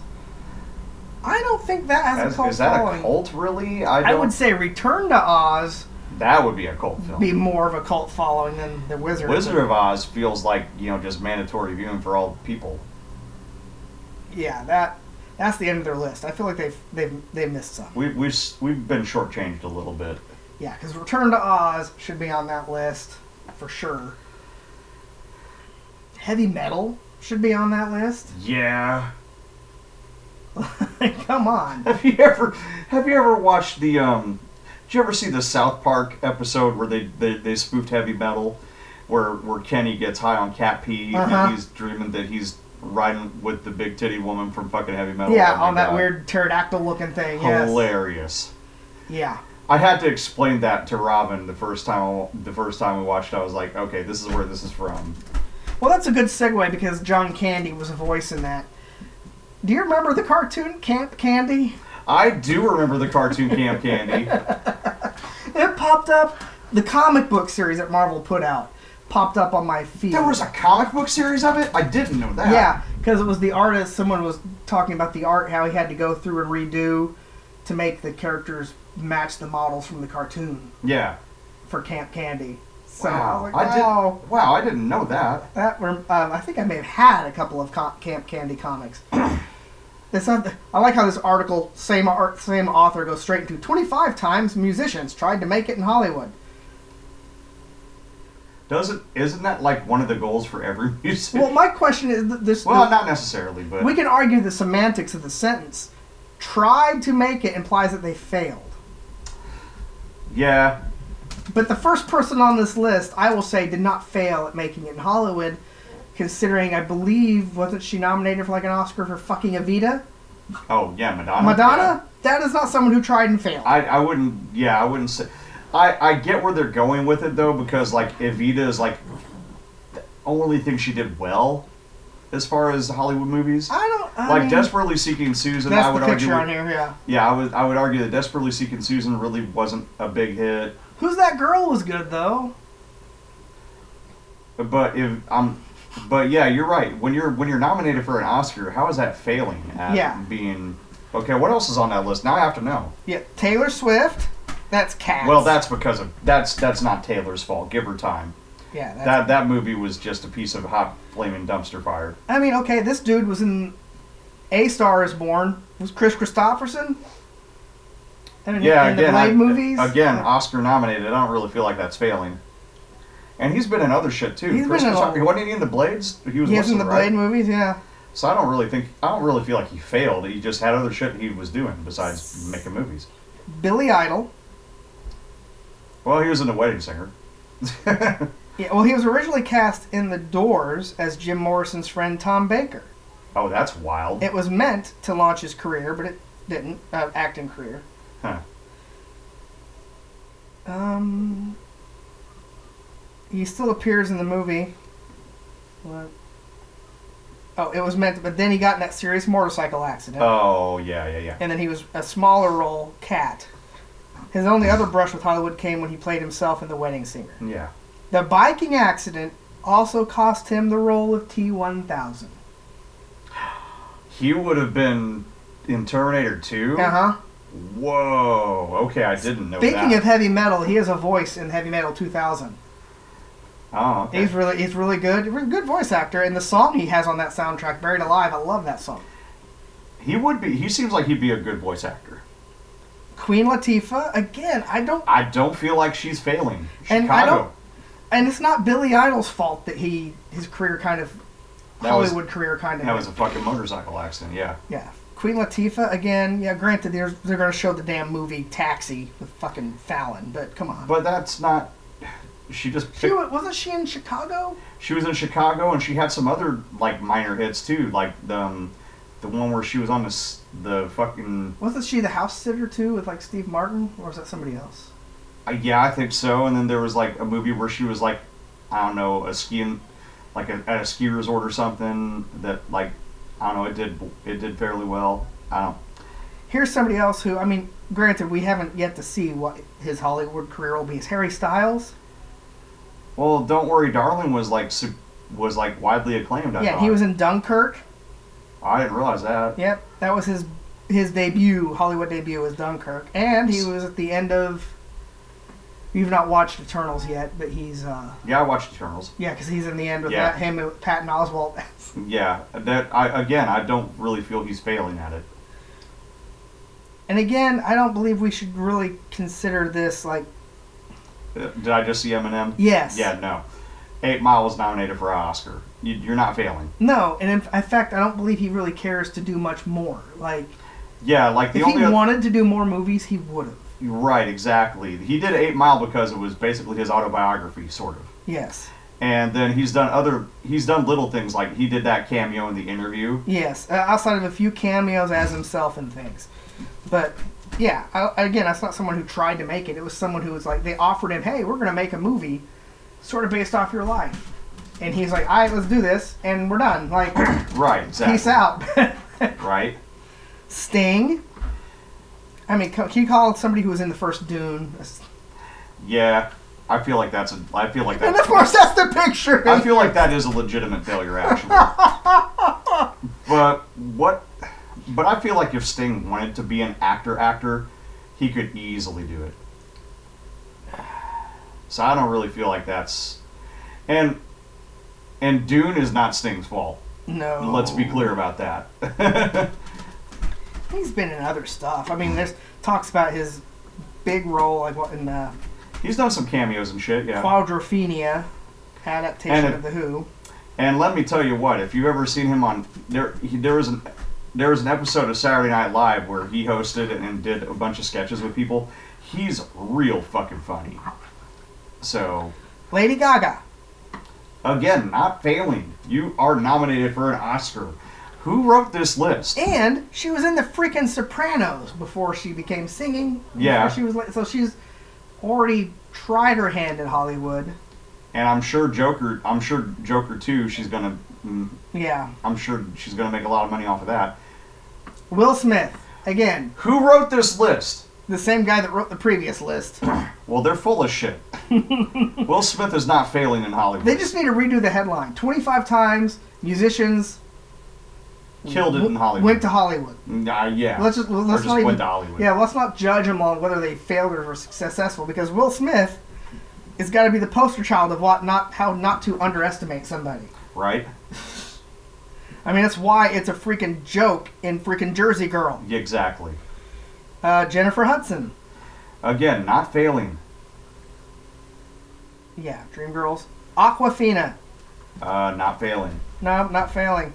I don't think that has
That's-
a cult
is that
following.
a cult? Really? I,
I
don't,
would say Return to Oz
that would be a cult film.
be more of a cult following than the Wizard.
Wizard of Oz feels like you know just mandatory viewing for all people.
Yeah, that that's the end of their list. I feel like they've they've they missed some.
We we've s- we've been shortchanged a little bit.
Yeah, because Return to Oz should be on that list for sure. Heavy metal should be on that list. [LAUGHS]
Yeah.
Come on.
Have you ever have you ever watched the um? Did you ever see the South Park episode where they they, they spoofed heavy metal, where where Kenny gets high on cat pee
Uh-huh.
and he's dreaming that he's riding with the big titty woman from fucking heavy metal.
Yeah,
Oh my
on that
God.
weird pterodactyl looking thing. Yes.
hilarious.
Yeah.
I had to explain that to Robin the first time I, the first time we watched. it. I was like, okay, this is where this is from.
Well, that's a good segue because John Candy was a voice in that. Do you remember the cartoon Camp Candy?
I do remember the cartoon
[LAUGHS]
Camp Candy.
It popped up. The comic book series that Marvel put out popped up on my feed.
There was a comic book series of it. I didn't know that.
yeah, because it was the artist. Someone was talking about the art, how he had to go through and redo to make the characters match the models from the cartoon
Yeah.
for Camp Candy. So oh I was like,
I did.
wow.
Wow, I didn't know that.
That rem- um, I think I may have had a couple of com- Camp Candy
[CLEARS THROAT]
comics. this oth- I like how this article, same art, same author, goes straight into 25 times musicians tried to make it in Hollywood.
Doesn't isn't that like one of the goals for every [LAUGHS] music?
Well, my question is th- this.
Well, not necessarily, but
we can argue the semantics of the sentence. Tried to make it implies that they failed.
yeah,
But the first person on this list, I will say, did not fail at making it in Hollywood, considering I believe wasn't she nominated for like an Oscar for fucking Evita?
oh yeah, Madonna.
Madonna? That is not someone who tried and failed.
Yeah. I I wouldn't. Yeah, I wouldn't say. I I get where they're going with it though, because like Evita is like the only thing she did well, as far as Hollywood movies.
I don't I
like
mean,
desperately seeking Susan,
That's
I would
the picture
argue.
on here. Yeah.
Yeah, I would I would argue that desperately seeking Susan really wasn't a big hit.
Who's that girl was good though?
But if I'm, but yeah, you're right. When you're when you're nominated for an Oscar, how is that failing at
Yeah.
being? Okay, what else is on that list? Now I have to know.
Yeah, Taylor Swift. That's Cats.
Well, that's because of that's that's not Taylor's fault. Give her time.
yeah. That's,
That that movie was just a piece of hot flaming dumpster fire.
I mean, okay, this dude was in A Star Is Born. Was Chris Christopherson? And
Yeah,
in
again,
the Blade
I-
movies.
again, Oscar nominated. I don't really feel like that's failing. And he's been in other shit too.
He's
Chris
been in
Christopher-
all-
wasn't he in the Blades? He was
he was in
Winston,
the
right?
Blade movies. Yeah.
So I don't really think I don't really feel like he failed. He just had other shit he was doing besides making movies.
Billy Idol.
Well, he was in The Wedding Singer. [LAUGHS]
Yeah, well, he was originally cast in The Doors as Jim Morrison's friend Tom Baker.
oh, that's wild.
It was meant to launch his career, but it didn't. Uh, acting career.
Huh.
Um. He still appears in the movie. What? Oh, it was meant, to, but then he got in that serious motorcycle accident,
Oh yeah, yeah, yeah.
and then he was a smaller role, Cat. His only other brush with Hollywood came when he played himself in The Wedding Singer.
Yeah.
The biking accident also cost him the role of T1000.
He would have been in Terminator 2.
Uh huh.
Whoa. Okay, I didn't know
Speaking of
that.
heavy metal, he has a voice in Heavy Metal 2000.
oh, okay.
He's really he's really good, really good voice actor, and the song he has on that soundtrack, "Buried Alive," I love that song.
he would be. He seems like he'd be a good voice actor.
Queen Latifah, again, I don't,
I don't feel like she's failing. Chicago.
And I don't- and it's not Billy Idol's fault that he his career kind of
That was-
Hollywood career kind of
that was a fucking motorcycle accident. Yeah.
yeah. Queen Latifah again, yeah. Granted, they're they're gonna show the damn movie Taxi with fucking Fallon, but come on.
But that's not. She just.
she wa- wasn't she in Chicago?
She was in Chicago, and she had some other like minor hits too, like the um, the one where she was on the s- the fucking
Wasn't she the house sitter too with like Steve Martin, or was that somebody else?
uh, yeah, I think so. And then there was like a movie where she was like I don't know a skiing like a, at a ski resort or something that like I don't know it did it did fairly well. I don't.
Here's somebody else who I mean, granted, we haven't yet to see what his Hollywood career will be. Is Harry Styles?
Well, don't worry, darling was like su- was like widely acclaimed. I
yeah,
thought.
he was in Dunkirk.
I didn't realize that.
Yep, that was his his debut, Hollywood debut was Dunkirk, and he was at the end of. You've not watched Eternals yet, but he's uh
Yeah, I watched Eternals.
yeah, because he's in the end with
Yeah.
that, him and Patton Oswald.
Yeah, that I again I don't really feel he's failing at it.
[LAUGHS] and again, I don't believe we should really consider this like
Uh, Did I just see Eminem?
yes,
Yeah, no. Eight Mile was nominated for an Oscar. You, you're not failing.
no, and in, in fact, I don't believe he really cares to do much more. Like
Yeah, like the
if he
only oth-
wanted to do more movies, he would have.
right, exactly. He did Eight Mile because it was basically his autobiography, sort of.
Yes,
And then he's done other. He's done little things like he did that cameo in the interview.
yes, uh, outside of a few cameos as himself and things, but yeah, I, again, that's not someone who tried to make it. It was someone who was like they offered him, "Hey, we're gonna make a movie, sort of based off your life," and he's like, "All right, let's do this," and we're done.
[COUGHS]
Like,
Right, exactly.
peace out. [LAUGHS]
Right.
Sting. I mean, co- can you call somebody who was in the first Dune? a s-
Yeah, I feel like that's a. I feel like
And
that's.
of course, that's the picture.
I feel like that is a legitimate failure, actually. but what? But I feel like if Sting wanted to be an actor, actor, he could easily do it. So I don't really feel like that's, and and Dune is not Sting's fault.
no.
Let's be clear about that. [LAUGHS]
He's been in other stuff. I mean, there's talks about his big role like what in uh,
He's done some cameos and shit. Yeah,
Quadrophenia. adaptation
And-
of the Who.
And let me tell you what, if you've ever seen him on there, he, there was an there was an episode of Saturday Night Live where he hosted and did a bunch of sketches with people. He's real fucking funny. So
Lady Gaga.
again, not failing. You are nominated for an Oscar. Who wrote this list?
And she was in the freaking Sopranos before she became singing.
Yeah.
Before she was like, so she's already tried her hand in Hollywood.
And I'm sure Joker. I'm sure Joker too. She's gonna. mm,
Yeah.
I'm sure she's gonna make a lot of money off of that.
Will Smith. Again,
Who wrote this list?
the same guy that wrote the previous
[COUGHS]
list.
Well, they're full of shit. Will Smith is not failing in Hollywood.
They just need to redo the headline. 25 times musicians
killed it in Hollywood.
went to Hollywood.
Nah, yeah.
Let's just
Or
let's
just
not even,
went to Hollywood.
Yeah, let's not judge them on whether they failed or were successful because Will Smith has got to be the poster child of what not how not to underestimate somebody.
Right?
I mean, that's why it's a freaking joke in freaking Jersey Girl.
Yeah, Exactly.
Uh, Jennifer Hudson.
Again, not failing.
Yeah, Dreamgirls. Aquafina.
Uh, not failing.
No, not failing.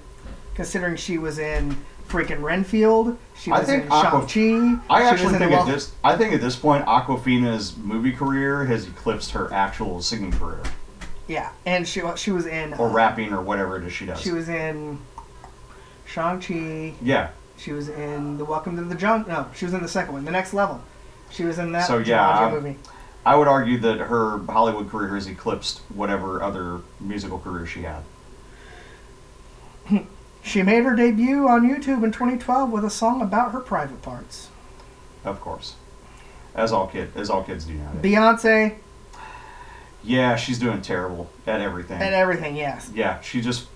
Considering she was in freaking Renfield. She
I
was
think
in
Aqua-
Shang-Chi.
I
she was
actually
in the
think at
Wel-
this I think at this point Aquafina's movie career has eclipsed her actual singing career.
Yeah, and she, wa- she was in...
Or
uh,
rapping or whatever it is she does.
She was in Shang-Chi.
yeah.
She was in the Welcome to the Jungle. No, she was in the second one, the next level. She was in that
So, yeah,
Jumanji
I'm-
movie.
I would argue that her Hollywood career has eclipsed whatever other musical career she had.
She made her debut on YouTube in 2012 with a song about her private parts.
Of course. As all kid as all kids do nowadays.
Beyonce
yeah, she's doing terrible at everything.
and everything, yes.
yeah, she just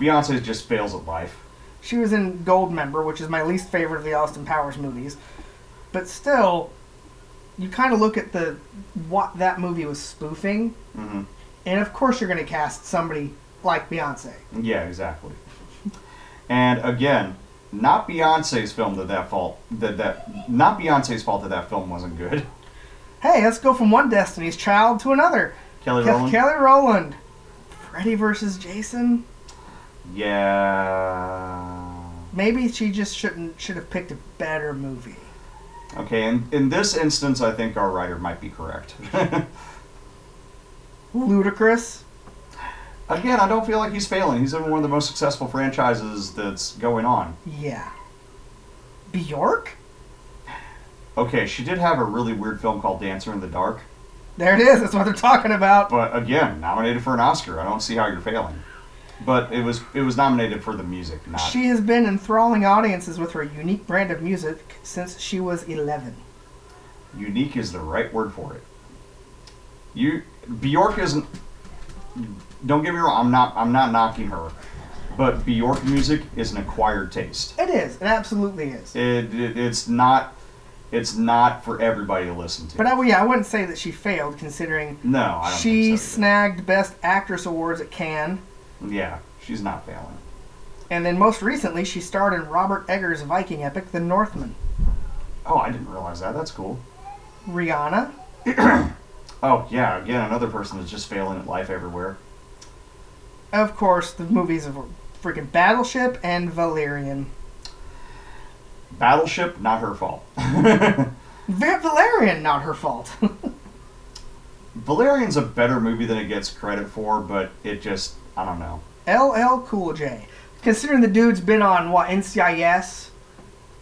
Beyonce just fails at life.
She was in Goldmember, which is my least favorite of the Austin Powers movies. But still, you kind of look at the what that movie was spoofing,
hmm
and of course you're going to cast somebody like Beyonce.
Yeah, exactly. and again, not Beyonce's film that that fault that that not Beyonce's fault that that film wasn't good. [LAUGHS]
Hey, let's go from one Destiny's Child to another.
Kelly
Ke-
Rowland.
Kelly Rowland, Freddy versus Jason.
yeah.
Maybe she just shouldn't should have picked a better movie.
Okay, and in this instance, I think our writer might be correct. [LAUGHS]
Ludicrous.
again, I don't feel like he's failing. He's in one of the most successful franchises that's going on.
Yeah. Bjork?
Okay, she did have a really weird film called Dancer in the Dark,
There it is. That's what they're talking about.
but again, nominated for an Oscar. I don't see how you're failing. But it was it was nominated for the music, not
She has been enthralling audiences with her unique brand of music since she was 11.
unique is the right word for it. You Bjork isn't. Don't get me wrong. I'm not. I'm not knocking her, but Bjork music is an acquired taste.
It is. It absolutely is.
It, it it's not. It's not for everybody to listen to.
But I, well, yeah, I wouldn't say that she failed considering
no, I don't
she
think so. either.
snagged Best Actress awards at Cannes.
yeah, she's not failing.
And then most recently, she starred in Robert Eggers' Viking epic, The Northman.
Oh, I didn't realize that. That's cool.
Rihanna,
Oh yeah, again another person that's just failing at life everywhere.
of course, the movies of freaking Battleship and Valerian.
Battleship, not her fault. [LAUGHS]
Va- Valerian, not her fault. [LAUGHS]
Valerian's a better movie than it gets credit for, but it just I don't know.
LL Cool J. Considering the dude's been on what NCIS,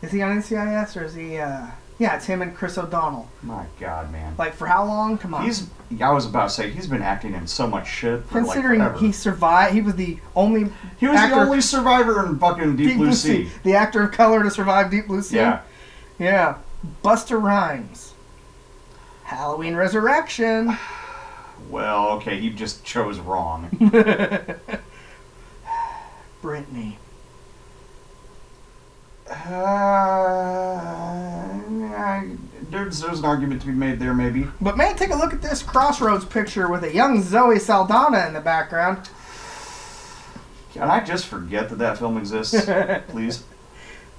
is he on NCIS or is he? uh Yeah, it's him and Chris O'Donnell.
My God, man.
Like for how long? Come on.
He's. I was about to say he's been acting in so much shit. For
Considering
like
he
forever.
survived, he was the only
he was
actor-
the only survivor in fucking Deep, Blue Sea.
the actor of color to survive Deep Blue Sea.
Yeah,
yeah. Buster Rhymes, Halloween Resurrection.
well, okay, he just chose
[LAUGHS]
wrong.
Britney.
uh, I- there's there's an argument to be made there, maybe.
But man, take a look at this Crossroads picture with a young Zoe Saldana in the background.
Can I just forget that that film exists,
[LAUGHS]
please?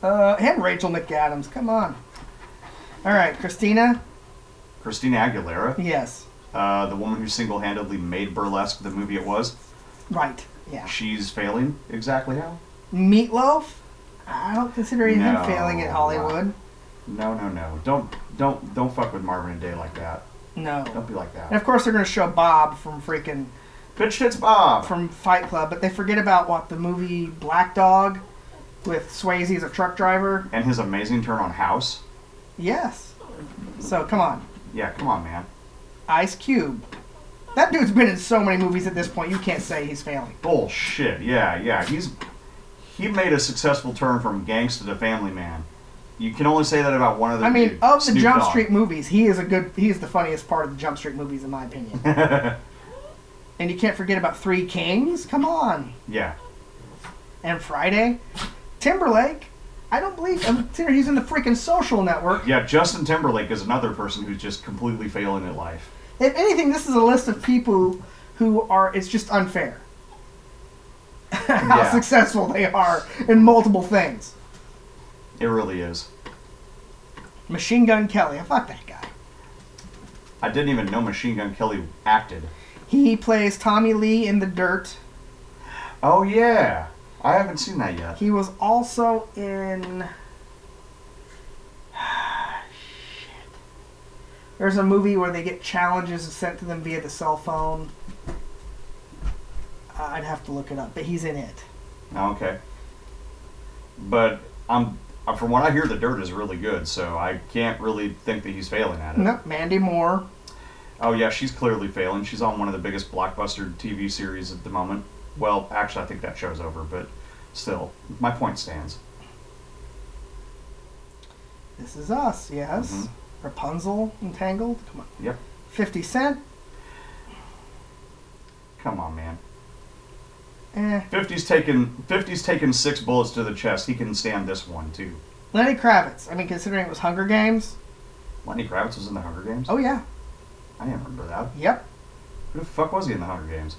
Uh, and Rachel McAdams. Come on. All right, Christina.
Christina Aguilera.
Yes.
uh, the woman who single-handedly made Burlesque the movie it was.
Right. Yeah.
She's failing exactly how?
Meatloaf. I don't consider anything
No.
failing at Hollywood.
No, no, no. Don't don't don't fuck with Marvin and Day like that.
No.
Don't be like
And of
that.
course they're gonna show Bob from freaking
Bitch, it's Bob.
from Fight Club, but they forget about what the movie Black Dog with Swayze as a truck driver.
and his amazing turn on House.
Yes. So come on,
Yeah, come on, man.
Ice Cube. That dude's been in so many movies at this point. You can't say he's failing.
Bullshit. Yeah, yeah. He's he made a successful turn from gangster to family man. You can only say that about one of the.
I mean,
dude,
of the
Snoop
Jump
Dogg.
Street movies, he is a good. He is the funniest part of the Jump Street movies, in my
[LAUGHS]
opinion. and you can't forget about Three Kings. Come on,
Yeah,
and Friday, Timberlake. I don't believe. I'm consider he's in the freaking Social Network.
yeah. Justin Timberlake is another person who's just completely failing at life.
If anything, this is a list of people who are. It's just unfair [LAUGHS] how
Yeah.
successful they are in multiple things.
It really is.
Machine Gun Kelly. Fuck that guy.
I didn't even know Machine Gun Kelly acted.
He plays Tommy Lee in The Dirt.
Oh yeah, I haven't seen that yet.
He was also in. [SIGHS] Shit. There's a movie where they get challenges sent to them via the cell phone. Uh, I'd have to look it up, but he's in it.
Okay. But I'm uh, from what I hear, the dirt is really good, so I can't really think that he's failing at it.
Nope, Mandy Moore.
Oh yeah, she's clearly failing. She's on one of the biggest blockbuster TV series at the moment. Well, actually, I think that show's over, but still, my point stands.
This is us, yes.
Mhm.
Rapunzel, Entangled. Come on.
Yep.
50 Cent.
Come on, man.
Eh.
50's taken 50's taken six bullets to the chest. He can stand this one too.
Lenny Kravitz. I mean, considering it was Hunger Games.
Lenny Kravitz was in the Hunger Games.
Oh, yeah.
I didn't remember that.
Yep.
Who the fuck was he in the Hunger Games?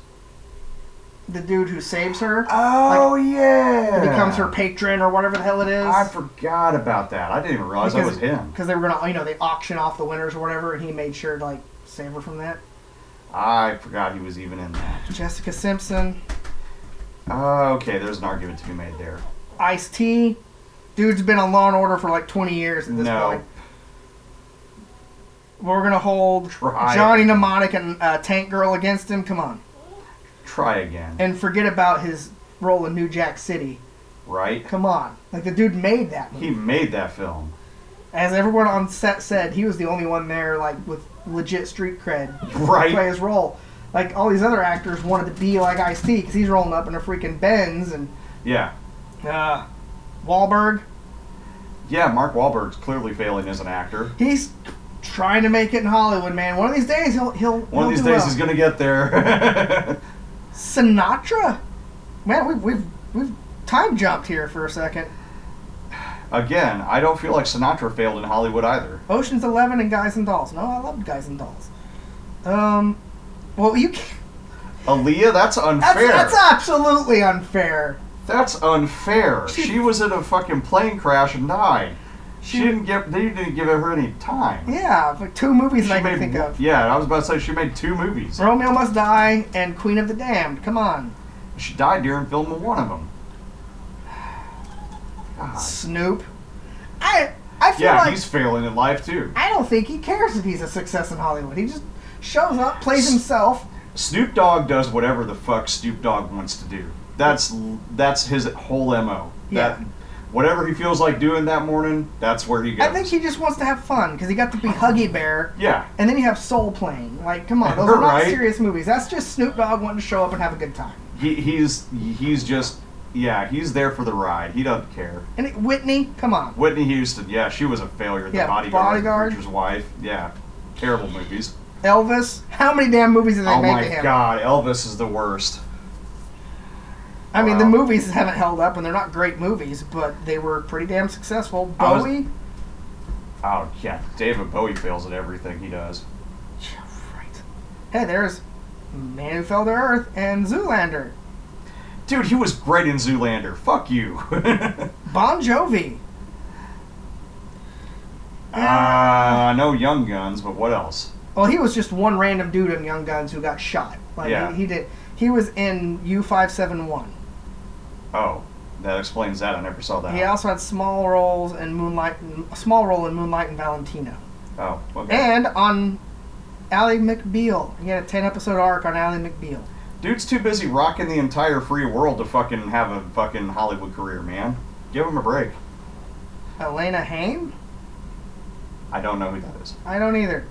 The dude who saves her.
Oh yeah,
Becomes her patron or whatever the hell it is.
I forgot about that. I didn't even realize that was him.
Because they were gonna, you know, they auction off the winners or whatever, and he made sure to like save her from that.
I forgot he was even in that.
Jessica Simpson,
Uh, okay, there's an argument to be made there.
Ice T, dude's been on Law and Order for like 20 years at this
No.
point. We're gonna hold
Try it.
Johnny Mnemonic and uh, Tank Girl against him. Come on,
Try again,
and forget about his role in New Jack City.
right?
Come on, like the dude made that. Movie.
He made that film.
As everyone on set said, he was the only one there, like with legit street cred, to
Right.
play his role. Like all these other actors wanted to be like Ice T because he's rolling up in a freaking Benz and
Yeah.
uh, Wahlberg.
Yeah, Mark Wahlberg's clearly failing as an actor.
He's trying to make it in Hollywood, man. One of these days he'll he'll.
One of
he'll
these
do
days
well.
he's gonna get there. [LAUGHS]
Sinatra, man. We've we've we've time jumped here for a second.
Again, I don't feel like Sinatra failed in Hollywood either.
Ocean's Eleven and Guys and Dolls. No, I loved Guys and Dolls. Um, well, you can't,
Aaliyah, that's
that's,
unfair.
that's absolutely unfair.
That's unfair.
She-
She was in a fucking plane crash and died. She
She-
didn't get. They didn't give her any time.
Yeah, like two movies
She
I
made
can think
one-
of.
Yeah, I was about to say she made two movies.
Romeo Must Die and Queen of the Damned. Come on.
She died during filming one of them. God.
Snoop. I I feel
Yeah,
like
he's failing in life too.
I don't think he cares if he's a success in Hollywood. He just shows up, plays himself.
Snoop Dogg does whatever the fuck Snoop Dogg wants to do. That's that's his whole mo. That
Yeah.
whatever he feels like doing that morning, that's where he goes.
I think he just wants to have fun because he got to be Huggy Bear.
yeah,
And then you have Soul Plane. Like, come on, those are not
Right.
serious movies. That's just Snoop Dogg wanting to show up and have a good time.
he, he's he's just yeah, he's there for the ride. He doesn't care.
And it, Whitney, come on.
Whitney Houston, yeah, she was a failure. The
Yeah,
bodyguard,
Bodyguard.
Preacher's wife, yeah, terrible movies.
Elvis, how many damn movies did they
Oh
make
my
of him?
god, Elvis is the worst.
I mean,
Wow.
the movies haven't held up, and they're not great movies, but they were pretty damn successful.
I was-
Bowie,
Oh yeah, David Bowie fails at everything he does.
Yeah, right. Hey, there's Man Who Fell to Earth and Zoolander.
Dude, he was great in Zoolander. Fuck you. [LAUGHS]
Bon Jovi.
Uh, no Young Ah, Guns, but what else?
Well, he was just one random dude in Young Guns who got shot. Like
Yeah.
he, he did. He was in U five seven one.
Oh, that explains that. I never saw that.
He also had small roles in Moonlight, and- a small role in Moonlight and Valentino,
Oh, okay.
and on Ally McBeal. He had a ten episode arc on Ally McBeal.
Dude's too busy rocking the entire free world to fucking have a fucking Hollywood career, man. Give him a break.
Elena Haim?
I don't know who that is.
I don't either.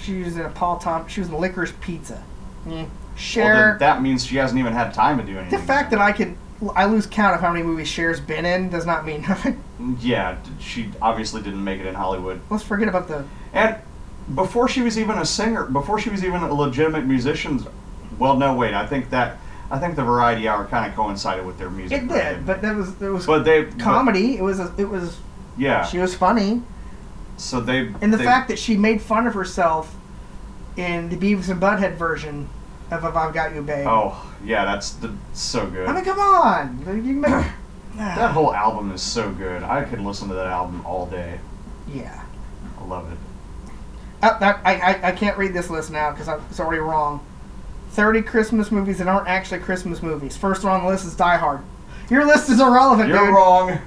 She was in a Paul Tom. She was in Licorice Pizza. Mm.
Well, then
Cher.
that means she hasn't even had time to do
the
anything.
fact that I could, I lose count of how many movies Cher's been in does not mean [LAUGHS] nothing.
Mm, Yeah, d- she obviously didn't make it in Hollywood.
Let's forget about the
And before she was even a singer, before she was even a legitimate musician, well, no, wait. I think that I think the Variety Hour kind of coincided with their music.
It did, but that was there was
but they but-
comedy. it was a, it was
yeah.
she was funny,
so they
and the
they-
fact that she made fun of herself in the Beavis and Butthead version of "If I've Got You, Babe."
Oh yeah, that's the, so good.
I mean, come on, you
[COUGHS]
can make
that whole album is so good. I could listen to that album all day.
yeah.
I love it.
Uh, that, I, I I can't read this list now because it's already wrong. Thirty Christmas movies that aren't actually Christmas movies. First one on the list is Die Hard. Your list is irrelevant,
You're
dude.
wrong.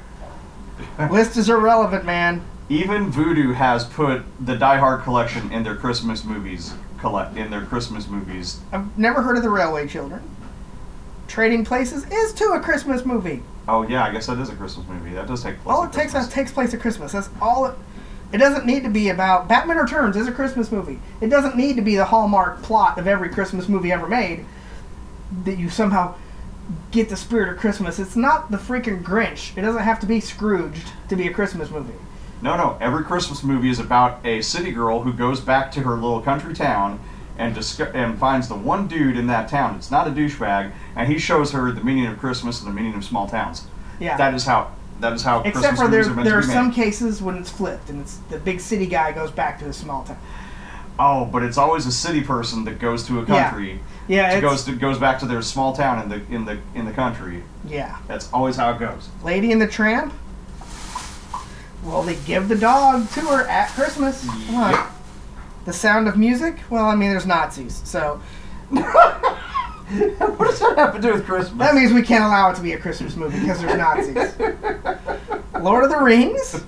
[LAUGHS] List is irrelevant, man.
Even Voodoo has put the Die Hard collection in their Christmas movies collect in their Christmas movies.
I've never heard of the Railway Children. Trading Places is too a Christmas movie.
Oh yeah, I guess that is a Christmas movie. That does take place.
All
at
it takes
Christmas.
that takes place at Christmas. That's all. It, it doesn't need to be about Batman Returns is a Christmas movie. It doesn't need to be the hallmark plot of every Christmas movie ever made. That you somehow get the spirit of Christmas. It's not the freaking Grinch. It doesn't have to be Scrooged to be a Christmas movie.
No, no. Every Christmas movie is about a city girl who goes back to her little country town and disco- and finds the one dude in that town. It's not a douchebag, and he shows her the meaning of Christmas and the meaning of small towns.
Yeah.
That is how. That is how.
Except
Christmas
for there,
movies are meant
there are
to be
some
made.
cases when it's flipped and it's the big city guy goes back to his small town.
Oh, but it's always a city person that goes to a
Yeah.
country.
Yeah,
To
it's,
goes to goes back to their small town in the in the in the country.
yeah.
That's always how
[LAUGHS]
it goes.
Lady and the Tramp. Well, they give the dog to her at Christmas. Come on.
Yep.
The Sound of Music. Well, I mean, there's Nazis, so
What does that have to do with Christmas?
that means we can't allow it to be a Christmas movie because there's Nazis. Lord of the Rings.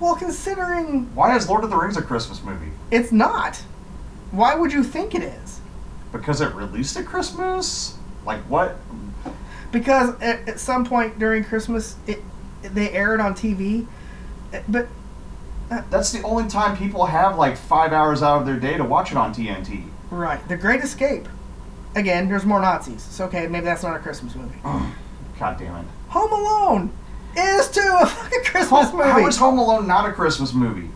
Well, considering
Why is Lord of the Rings a Christmas movie?
it's not, why would you think it is?
Because it released at Christmas? Like what?
Because at, at some point during Christmas, it, they aired on TV, Uh, but
That's the only time people have like five hours out of their day to watch it on TNT.
right, The Great Escape. Again, there's more Nazis. So okay, maybe that's not a Christmas movie.
God damn it.
Home Alone is too a fucking Christmas movie.
How is Home Alone not a Christmas movie?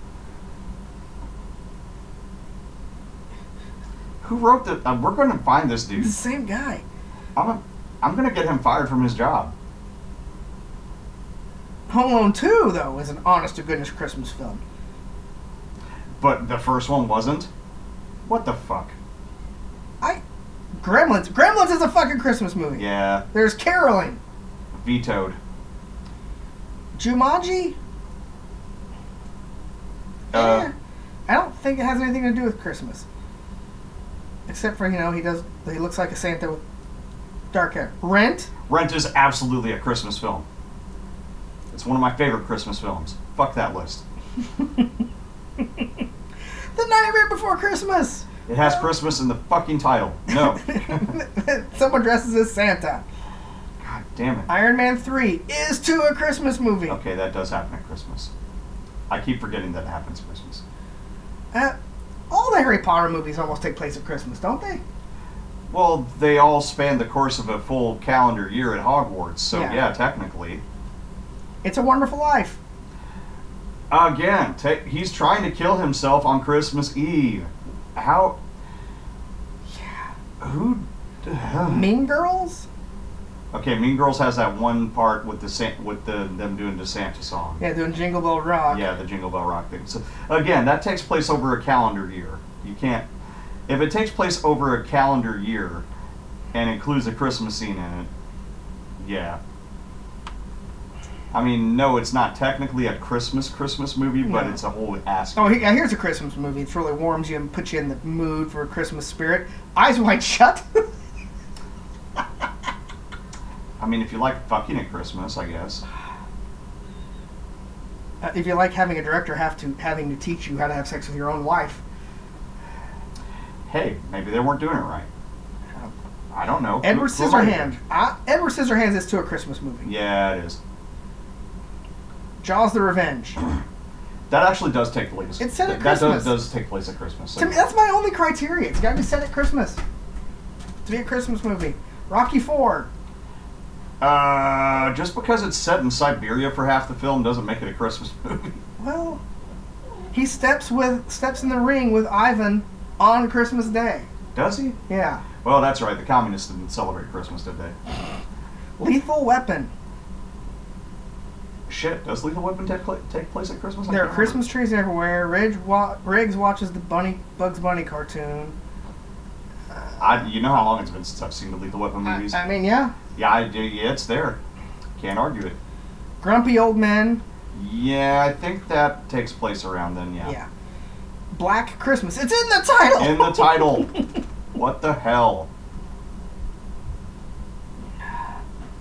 Who wrote the? Uh, we're going to find this dude.
It's the same guy.
I'm a, I'm going to get him fired from his job.
Home Alone 2, though, is an honest to goodness Christmas film.
But the first one wasn't. What the fuck?
I. Gremlins. Gremlins is a fucking Christmas movie.
Yeah,
There's caroling.
vetoed.
Jumanji?
Uh,
Eh, I don't think it has anything to do with Christmas. Except for, you know, he does. He looks like a Santa with dark hair. Rent? [LAUGHS]
Rent is absolutely a Christmas film. It's one of my favorite Christmas films. Fuck that list.
The Nightmare Before Christmas!
It has Christmas in the fucking title. No.
[LAUGHS]
[LAUGHS]
Someone dresses as Santa.
God damn it.
Iron Man 3 is to a Christmas movie.
Okay, that does happen at Christmas. I keep forgetting that it happens at Christmas.
Uh, all the Harry Potter movies almost take place at Christmas, don't they?
Well, they all span the course of a full calendar year at Hogwarts, so
Yeah.
yeah, technically.
It's a Wonderful Life.
Again, ta he's trying to kill himself on Christmas Eve. How? Yeah. Who?
Mean Girls?
Okay, Mean Girls has that one part with the San- with the them doing the Santa song.
Yeah, doing Jingle Bell Rock.
Yeah, the Jingle Bell Rock thing. So again, that takes place over a calendar year. You can't if it takes place over a calendar year and includes a Christmas scene in it. Yeah. I mean, no, it's not technically a Christmas Christmas movie, but
No.
it's a whole ass.
Oh, he- yeah, here's a Christmas movie. It really warms you and puts you in the mood for a Christmas spirit. Eyes wide shut. [LAUGHS] Uh,
I mean, if you like fucking at Christmas, I guess.
Uh, if you like having a director have to having to teach you how to have sex with your own wife,
Hey, maybe they weren't doing it right. I don't know.
Edward
Who- who am I?
Scissorhands. I, Edward Scissorhands is to a Christmas movie.
Yeah, it is.
Jaws: The Revenge.
That actually does take place.
It's set at
that
Christmas.
That does, does take place at Christmas. so-
to me, that's my only criteria. It's got to be set at Christmas. To be a Christmas movie. Rocky Four.
Uh, just because it's set in Siberia for half the film doesn't make it a Christmas [LAUGHS] movie.
Well, he steps with steps in the ring with Ivan on Christmas Day.
Does he?
Yeah.
Well, that's right. The communists didn't celebrate Christmas, did they?
Lethal Weapon.
Shit, does Lethal Weapon take, pla- take place at Christmas? I
There are
can't
Christmas trees everywhere. Ridge wa- Riggs watches the Bunny Bugs Bunny cartoon.
remember. I, you know how long it's been since I've seen the Lethal Weapon
I,
movies?
I mean, yeah.
yeah, I do. Yeah, it's there. Can't argue it.
Grumpy Old Men.
Yeah, I think that takes place around then. Yeah.
Yeah. Black Christmas. It's in the title.
In the title. what the hell?
[LAUGHS]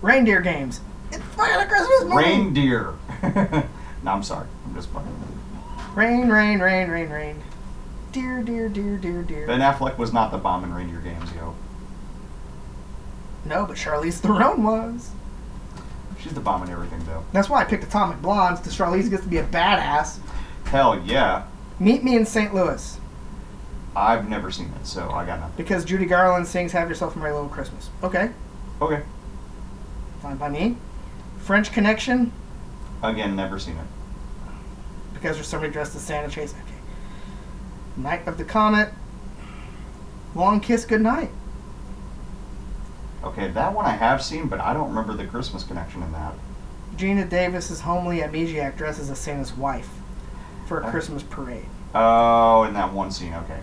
Reindeer Games. It's fucking a Christmas movie.
Reindeer. [LAUGHS] no, I'm sorry. I'm just fucking.
Rain, rain, rain, rain, rain. Dear, dear, dear, dear, dear.
Ben Affleck was not the bomb in Reindeer Games, yo.
no, but Charlize Theron was.
She's the bomb in everything, though.
That's why I picked Atomic Blonde, because Charlize gets to be a badass.
Hell yeah.
Meet Me in St. Louis,
I've never seen it, so I got nothing.
because Judy Garland sings Have Yourself a Merry Little Christmas. Okay,
Okay.
fine by me. French Connection,
Again, never seen it.
because there's somebody dressed as Santa Chase. Okay. Night of the Comet. Long Kiss Goodnight.
Okay, that one I have seen, but I don't remember the Christmas connection in that.
Gina Davis's homely amnesiac dresses as Santa's wife for a
Okay.
Christmas parade.
Oh, in that one scene, okay.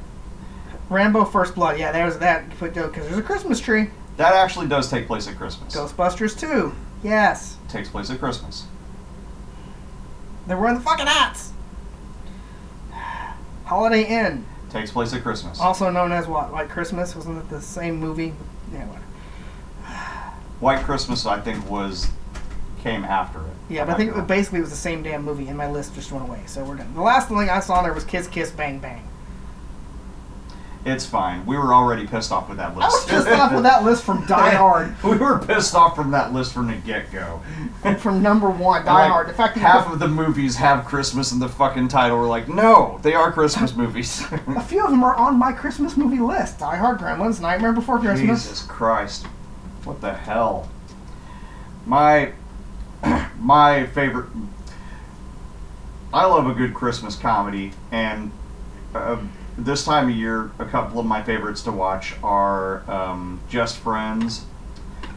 Rambo First Blood. Yeah, there's that. Because there's a Christmas tree.
That actually does take place at Christmas.
Ghostbusters 2. Yes.
Takes place at Christmas.
They're wearing the fucking hats. [SIGHS] Holiday Inn.
Takes place at Christmas.
Also known as what? Like Christmas? Wasn't it the same movie? Yeah, whatever.
White Christmas, I think, was came after it.
Yeah, but I think it basically was the same damn movie, and my list just went away. So we're done. The last thing I saw on there was Kiss Kiss Bang Bang.
it's fine. We were already pissed off with that
I
list.
was pissed off
[LAUGHS]
with that list from Die Hard,
we were pissed off from that list from the
[LAUGHS]
get go.
from number one. Die Hard. The fact that
half of the movies have Christmas in the fucking title. We're like, no, they are Christmas [LAUGHS] movies.
a few of them are on my Christmas movie list. Die Hard, Gremlins, Nightmare Before [LAUGHS] Christmas.
Jesus Christ. What the hell? My [CLEARS THROAT] my favorite I love a good Christmas comedy and uh, this time of year a couple of my favorites to watch are um, Just Friends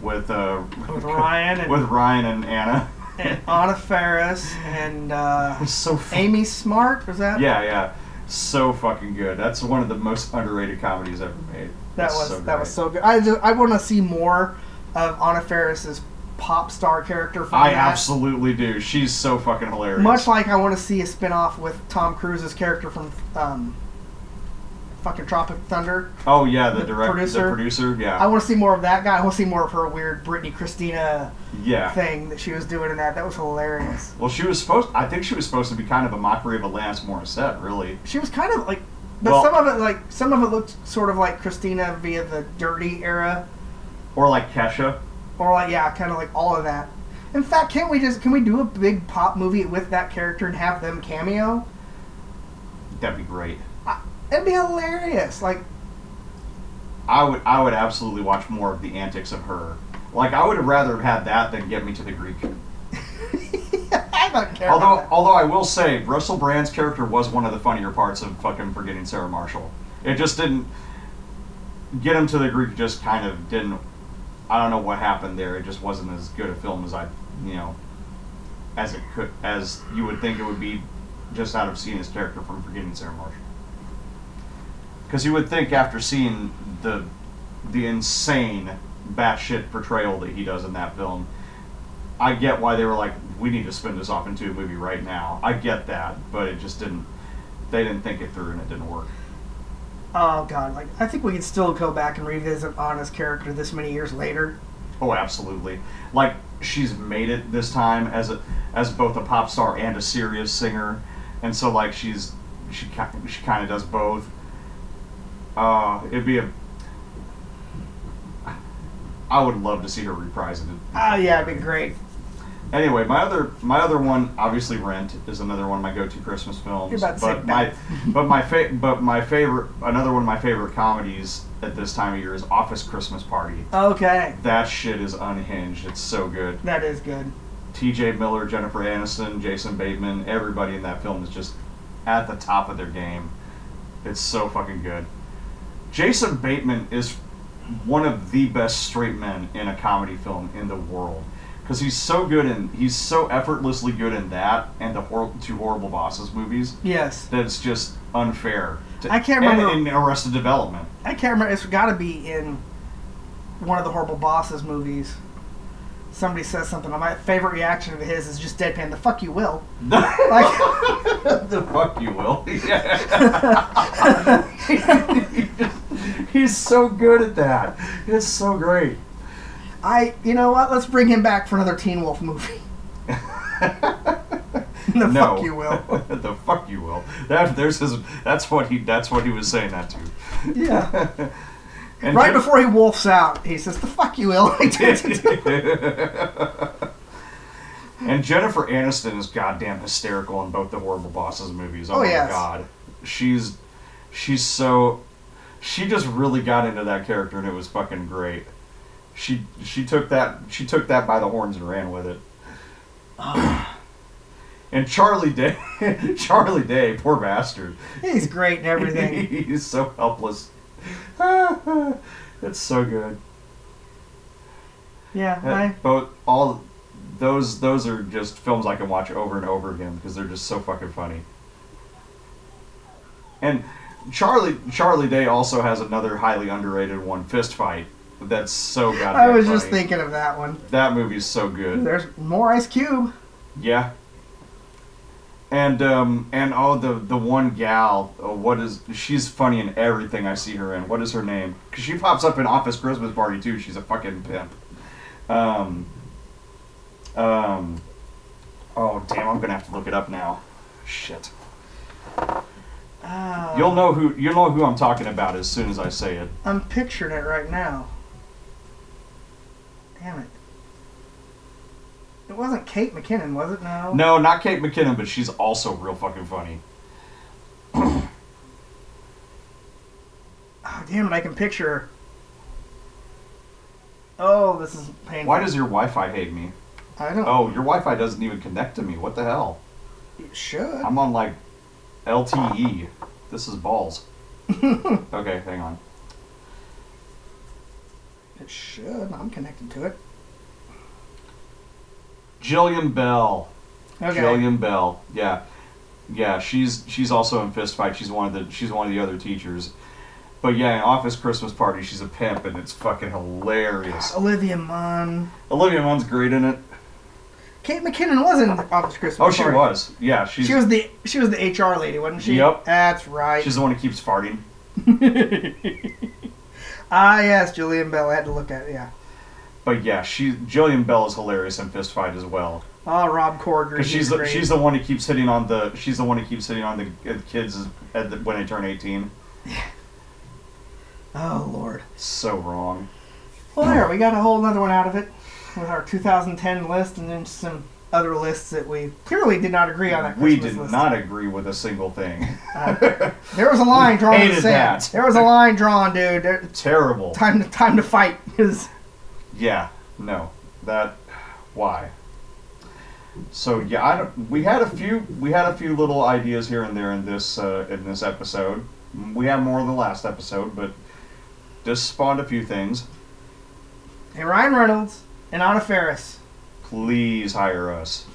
with uh,
[LAUGHS] With Ryan and-
[LAUGHS] with Ryan
[LAUGHS]
and Anna. [LAUGHS]
and Anna Faris and uh,
It's so fu-
Amy Smart. Was that?
Yeah, yeah. So fucking good. That's one of the most underrated comedies ever made.
That
It's
was
so
that was
great.
so good. I just, I want to see more of Anna Faris's pop star character. From
I
that.
absolutely do. She's so fucking hilarious.
much like I want to see a spin off with Tom Cruise's character from um, fucking Tropic Thunder.
Oh yeah, the,
The
director,
producer.
the producer, yeah,
I want to see more of that guy. I want to see more of her weird Britney Christina
yeah.
thing that she was doing in that. That was hilarious.
Well, she was supposed. I think she was supposed to be kind of a mockery of a Lance Morissette, really.
She was kind of like, but
Well-
some of it like some of it looked sort of like Christina via the Dirty era,
Or like Kesha.
or like yeah, kind of like all of that. In fact, can't we just can we do a big pop movie with that character and have them cameo?
That'd be great.
It'd be hilarious. Like [LAUGHS]
I would. I would absolutely watch more of the antics of her. Like I would have rather have had that than Get Me to the Greek.
I don't care. about
Although,
that.
although I will say, Russell Brand's character was one of the funnier parts of fucking forgetting Sarah Marshall. It just didn't get him to the Greek. Just kind of didn't. I don't know what happened there. It just wasn't as good a film as I, you know, as it could, as you would think it would be, just out of seeing his character from forgetting Sarah Marshall. Because you would think after seeing the the insane batshit portrayal that he does in that film, I get why they were like, we need to spin this off into a movie right now. I get that, but it just didn't. They didn't think it through, and it didn't work.
Oh god, like I think we could still go back and revisit Anna's character this many years later.
Oh, absolutely. Like she's made it this time as a as both a pop star and a serious singer, and so like she's she ki- she kind of does both. Uh, it'd be a. I would love to see her reprise it.
Oh yeah, it'd be great.
Anyway, my other my other one, obviously Rent, is another one of my go-to Christmas films.
You're about to
but
say
my
Bat. [LAUGHS]
but my fa- but my favorite another one of my favorite comedies at this time of year is Office Christmas Party.
Okay.
That shit is unhinged. It's so good.
That is good.
T.J. Miller, Jennifer Aniston, Jason Bateman, everybody in that film is just at the top of their game. It's so fucking good. Jason Bateman is one of the best straight men in a comedy film in the world because he's so good in he's so effortlessly good in that and the hor- two horrible bosses movies
Yes.
that it's just unfair. To,
I can't
and
remember-
in Arrested Development. [LAUGHS]
I can't remember it's gotta be in one of the horrible bosses movies. Somebody says something, and my favorite reaction of his is just deadpan, the fuck you will. Like [LAUGHS]
the fuck you will. [LAUGHS] He's so good at that. It's so great.
I you know what, let's bring him back for another Teen Wolf
[LAUGHS]
movie. the
no.
fuck you will.
[LAUGHS] the fuck you will. That there's his. That's what he. That's what he was saying that to.
Yeah.
And
[LAUGHS] Right
Jen-
before he wolfs out, he says, The fuck you will. [LAUGHS]
[LAUGHS] and Jennifer Aniston is goddamn hysterical in both the horrible bosses movies. Oh,
Oh,
my
yes.
god, she's she's so she just really got into that character and it was fucking great. She she took that she took that by the horns and ran with it. and Charlie Day, [LAUGHS] Charlie Day, poor bastard.
He's great and
[LAUGHS]
everything.
He's so helpless. it's so good.
Yeah,
Yeah,
I,
both all those those are just films I can watch over and over again because they're just so fucking funny. And Charlie Charlie Day also has another highly underrated one, Fist Fight. That's so goddamn.
I was just
funny.
thinking of that one.
that movie's so good.
There's more Ice Cube.
Yeah. And um and oh the the one gal oh, what is she's funny in everything I see her in. What is her name? Cause she pops up in Office Christmas Party too. She's a fucking pimp. Um. Um. Oh damn! I'm gonna have to look it up now. Shit.
Uh,
You'll know who you'll know who I'm talking about as soon as I say it.
I'm picturing it right now. Damn it. It wasn't Kate McKinnon, was it? No.
No, not Kate McKinnon, but she's also real fucking funny.
Oh, damn it, I can picture her. Oh, this is painful.
Why does your Wi-Fi hate me?
I don't.
Oh, your Wi-Fi doesn't even connect to me. What the hell?
It should.
I'm on like LTE. This is balls. [LAUGHS] okay, hang on.
It should. I'm connected to it.
Jillian Bell.
Okay.
Jillian Bell. Yeah, yeah. She's she's also in Fist Fight. She's one of the she's one of the other teachers. But yeah, in Office Christmas Party, she's a pimp, and it's fucking hilarious.
Olivia Munn.
Olivia Munn's great in it.
Kate McKinnon was in Office Christmas.
Oh, she
Party.
was. Yeah, she's
She was the she was the HR lady, wasn't she?
Yep.
That's right.
she's the one who keeps farting.
[LAUGHS] ah yes, Julian Bell. I had to look at it, yeah.
But yeah, she Jillian Bell is hilarious in Fist Fight as well.
Oh, Rob Corddry.
Because she's
he's
the,
great.
she's the one who keeps hitting on the she's the one who keeps hitting on the uh, kids at the, when they turn eighteen.
Oh Lord.
So wrong.
Well, there we got a whole another one out of it with our 2010 list, and then some other lists that we clearly did not agree on. That
We
Christmas
did
list.
not agree with a
[LAUGHS]
single thing. [LAUGHS]
There was a line drawn. in the
hated
sand.
that.
There was a line drawn, dude. There-
Terrible.
time to time to fight. [LAUGHS] Is
Yeah. No. That. Why? So yeah, I don't, we had a few we had a few little ideas here and there in this uh, in this episode. We had more in the last episode, but this spawned a few things.
hey Ryan Reynolds and Anna Ferris.
Please hire us.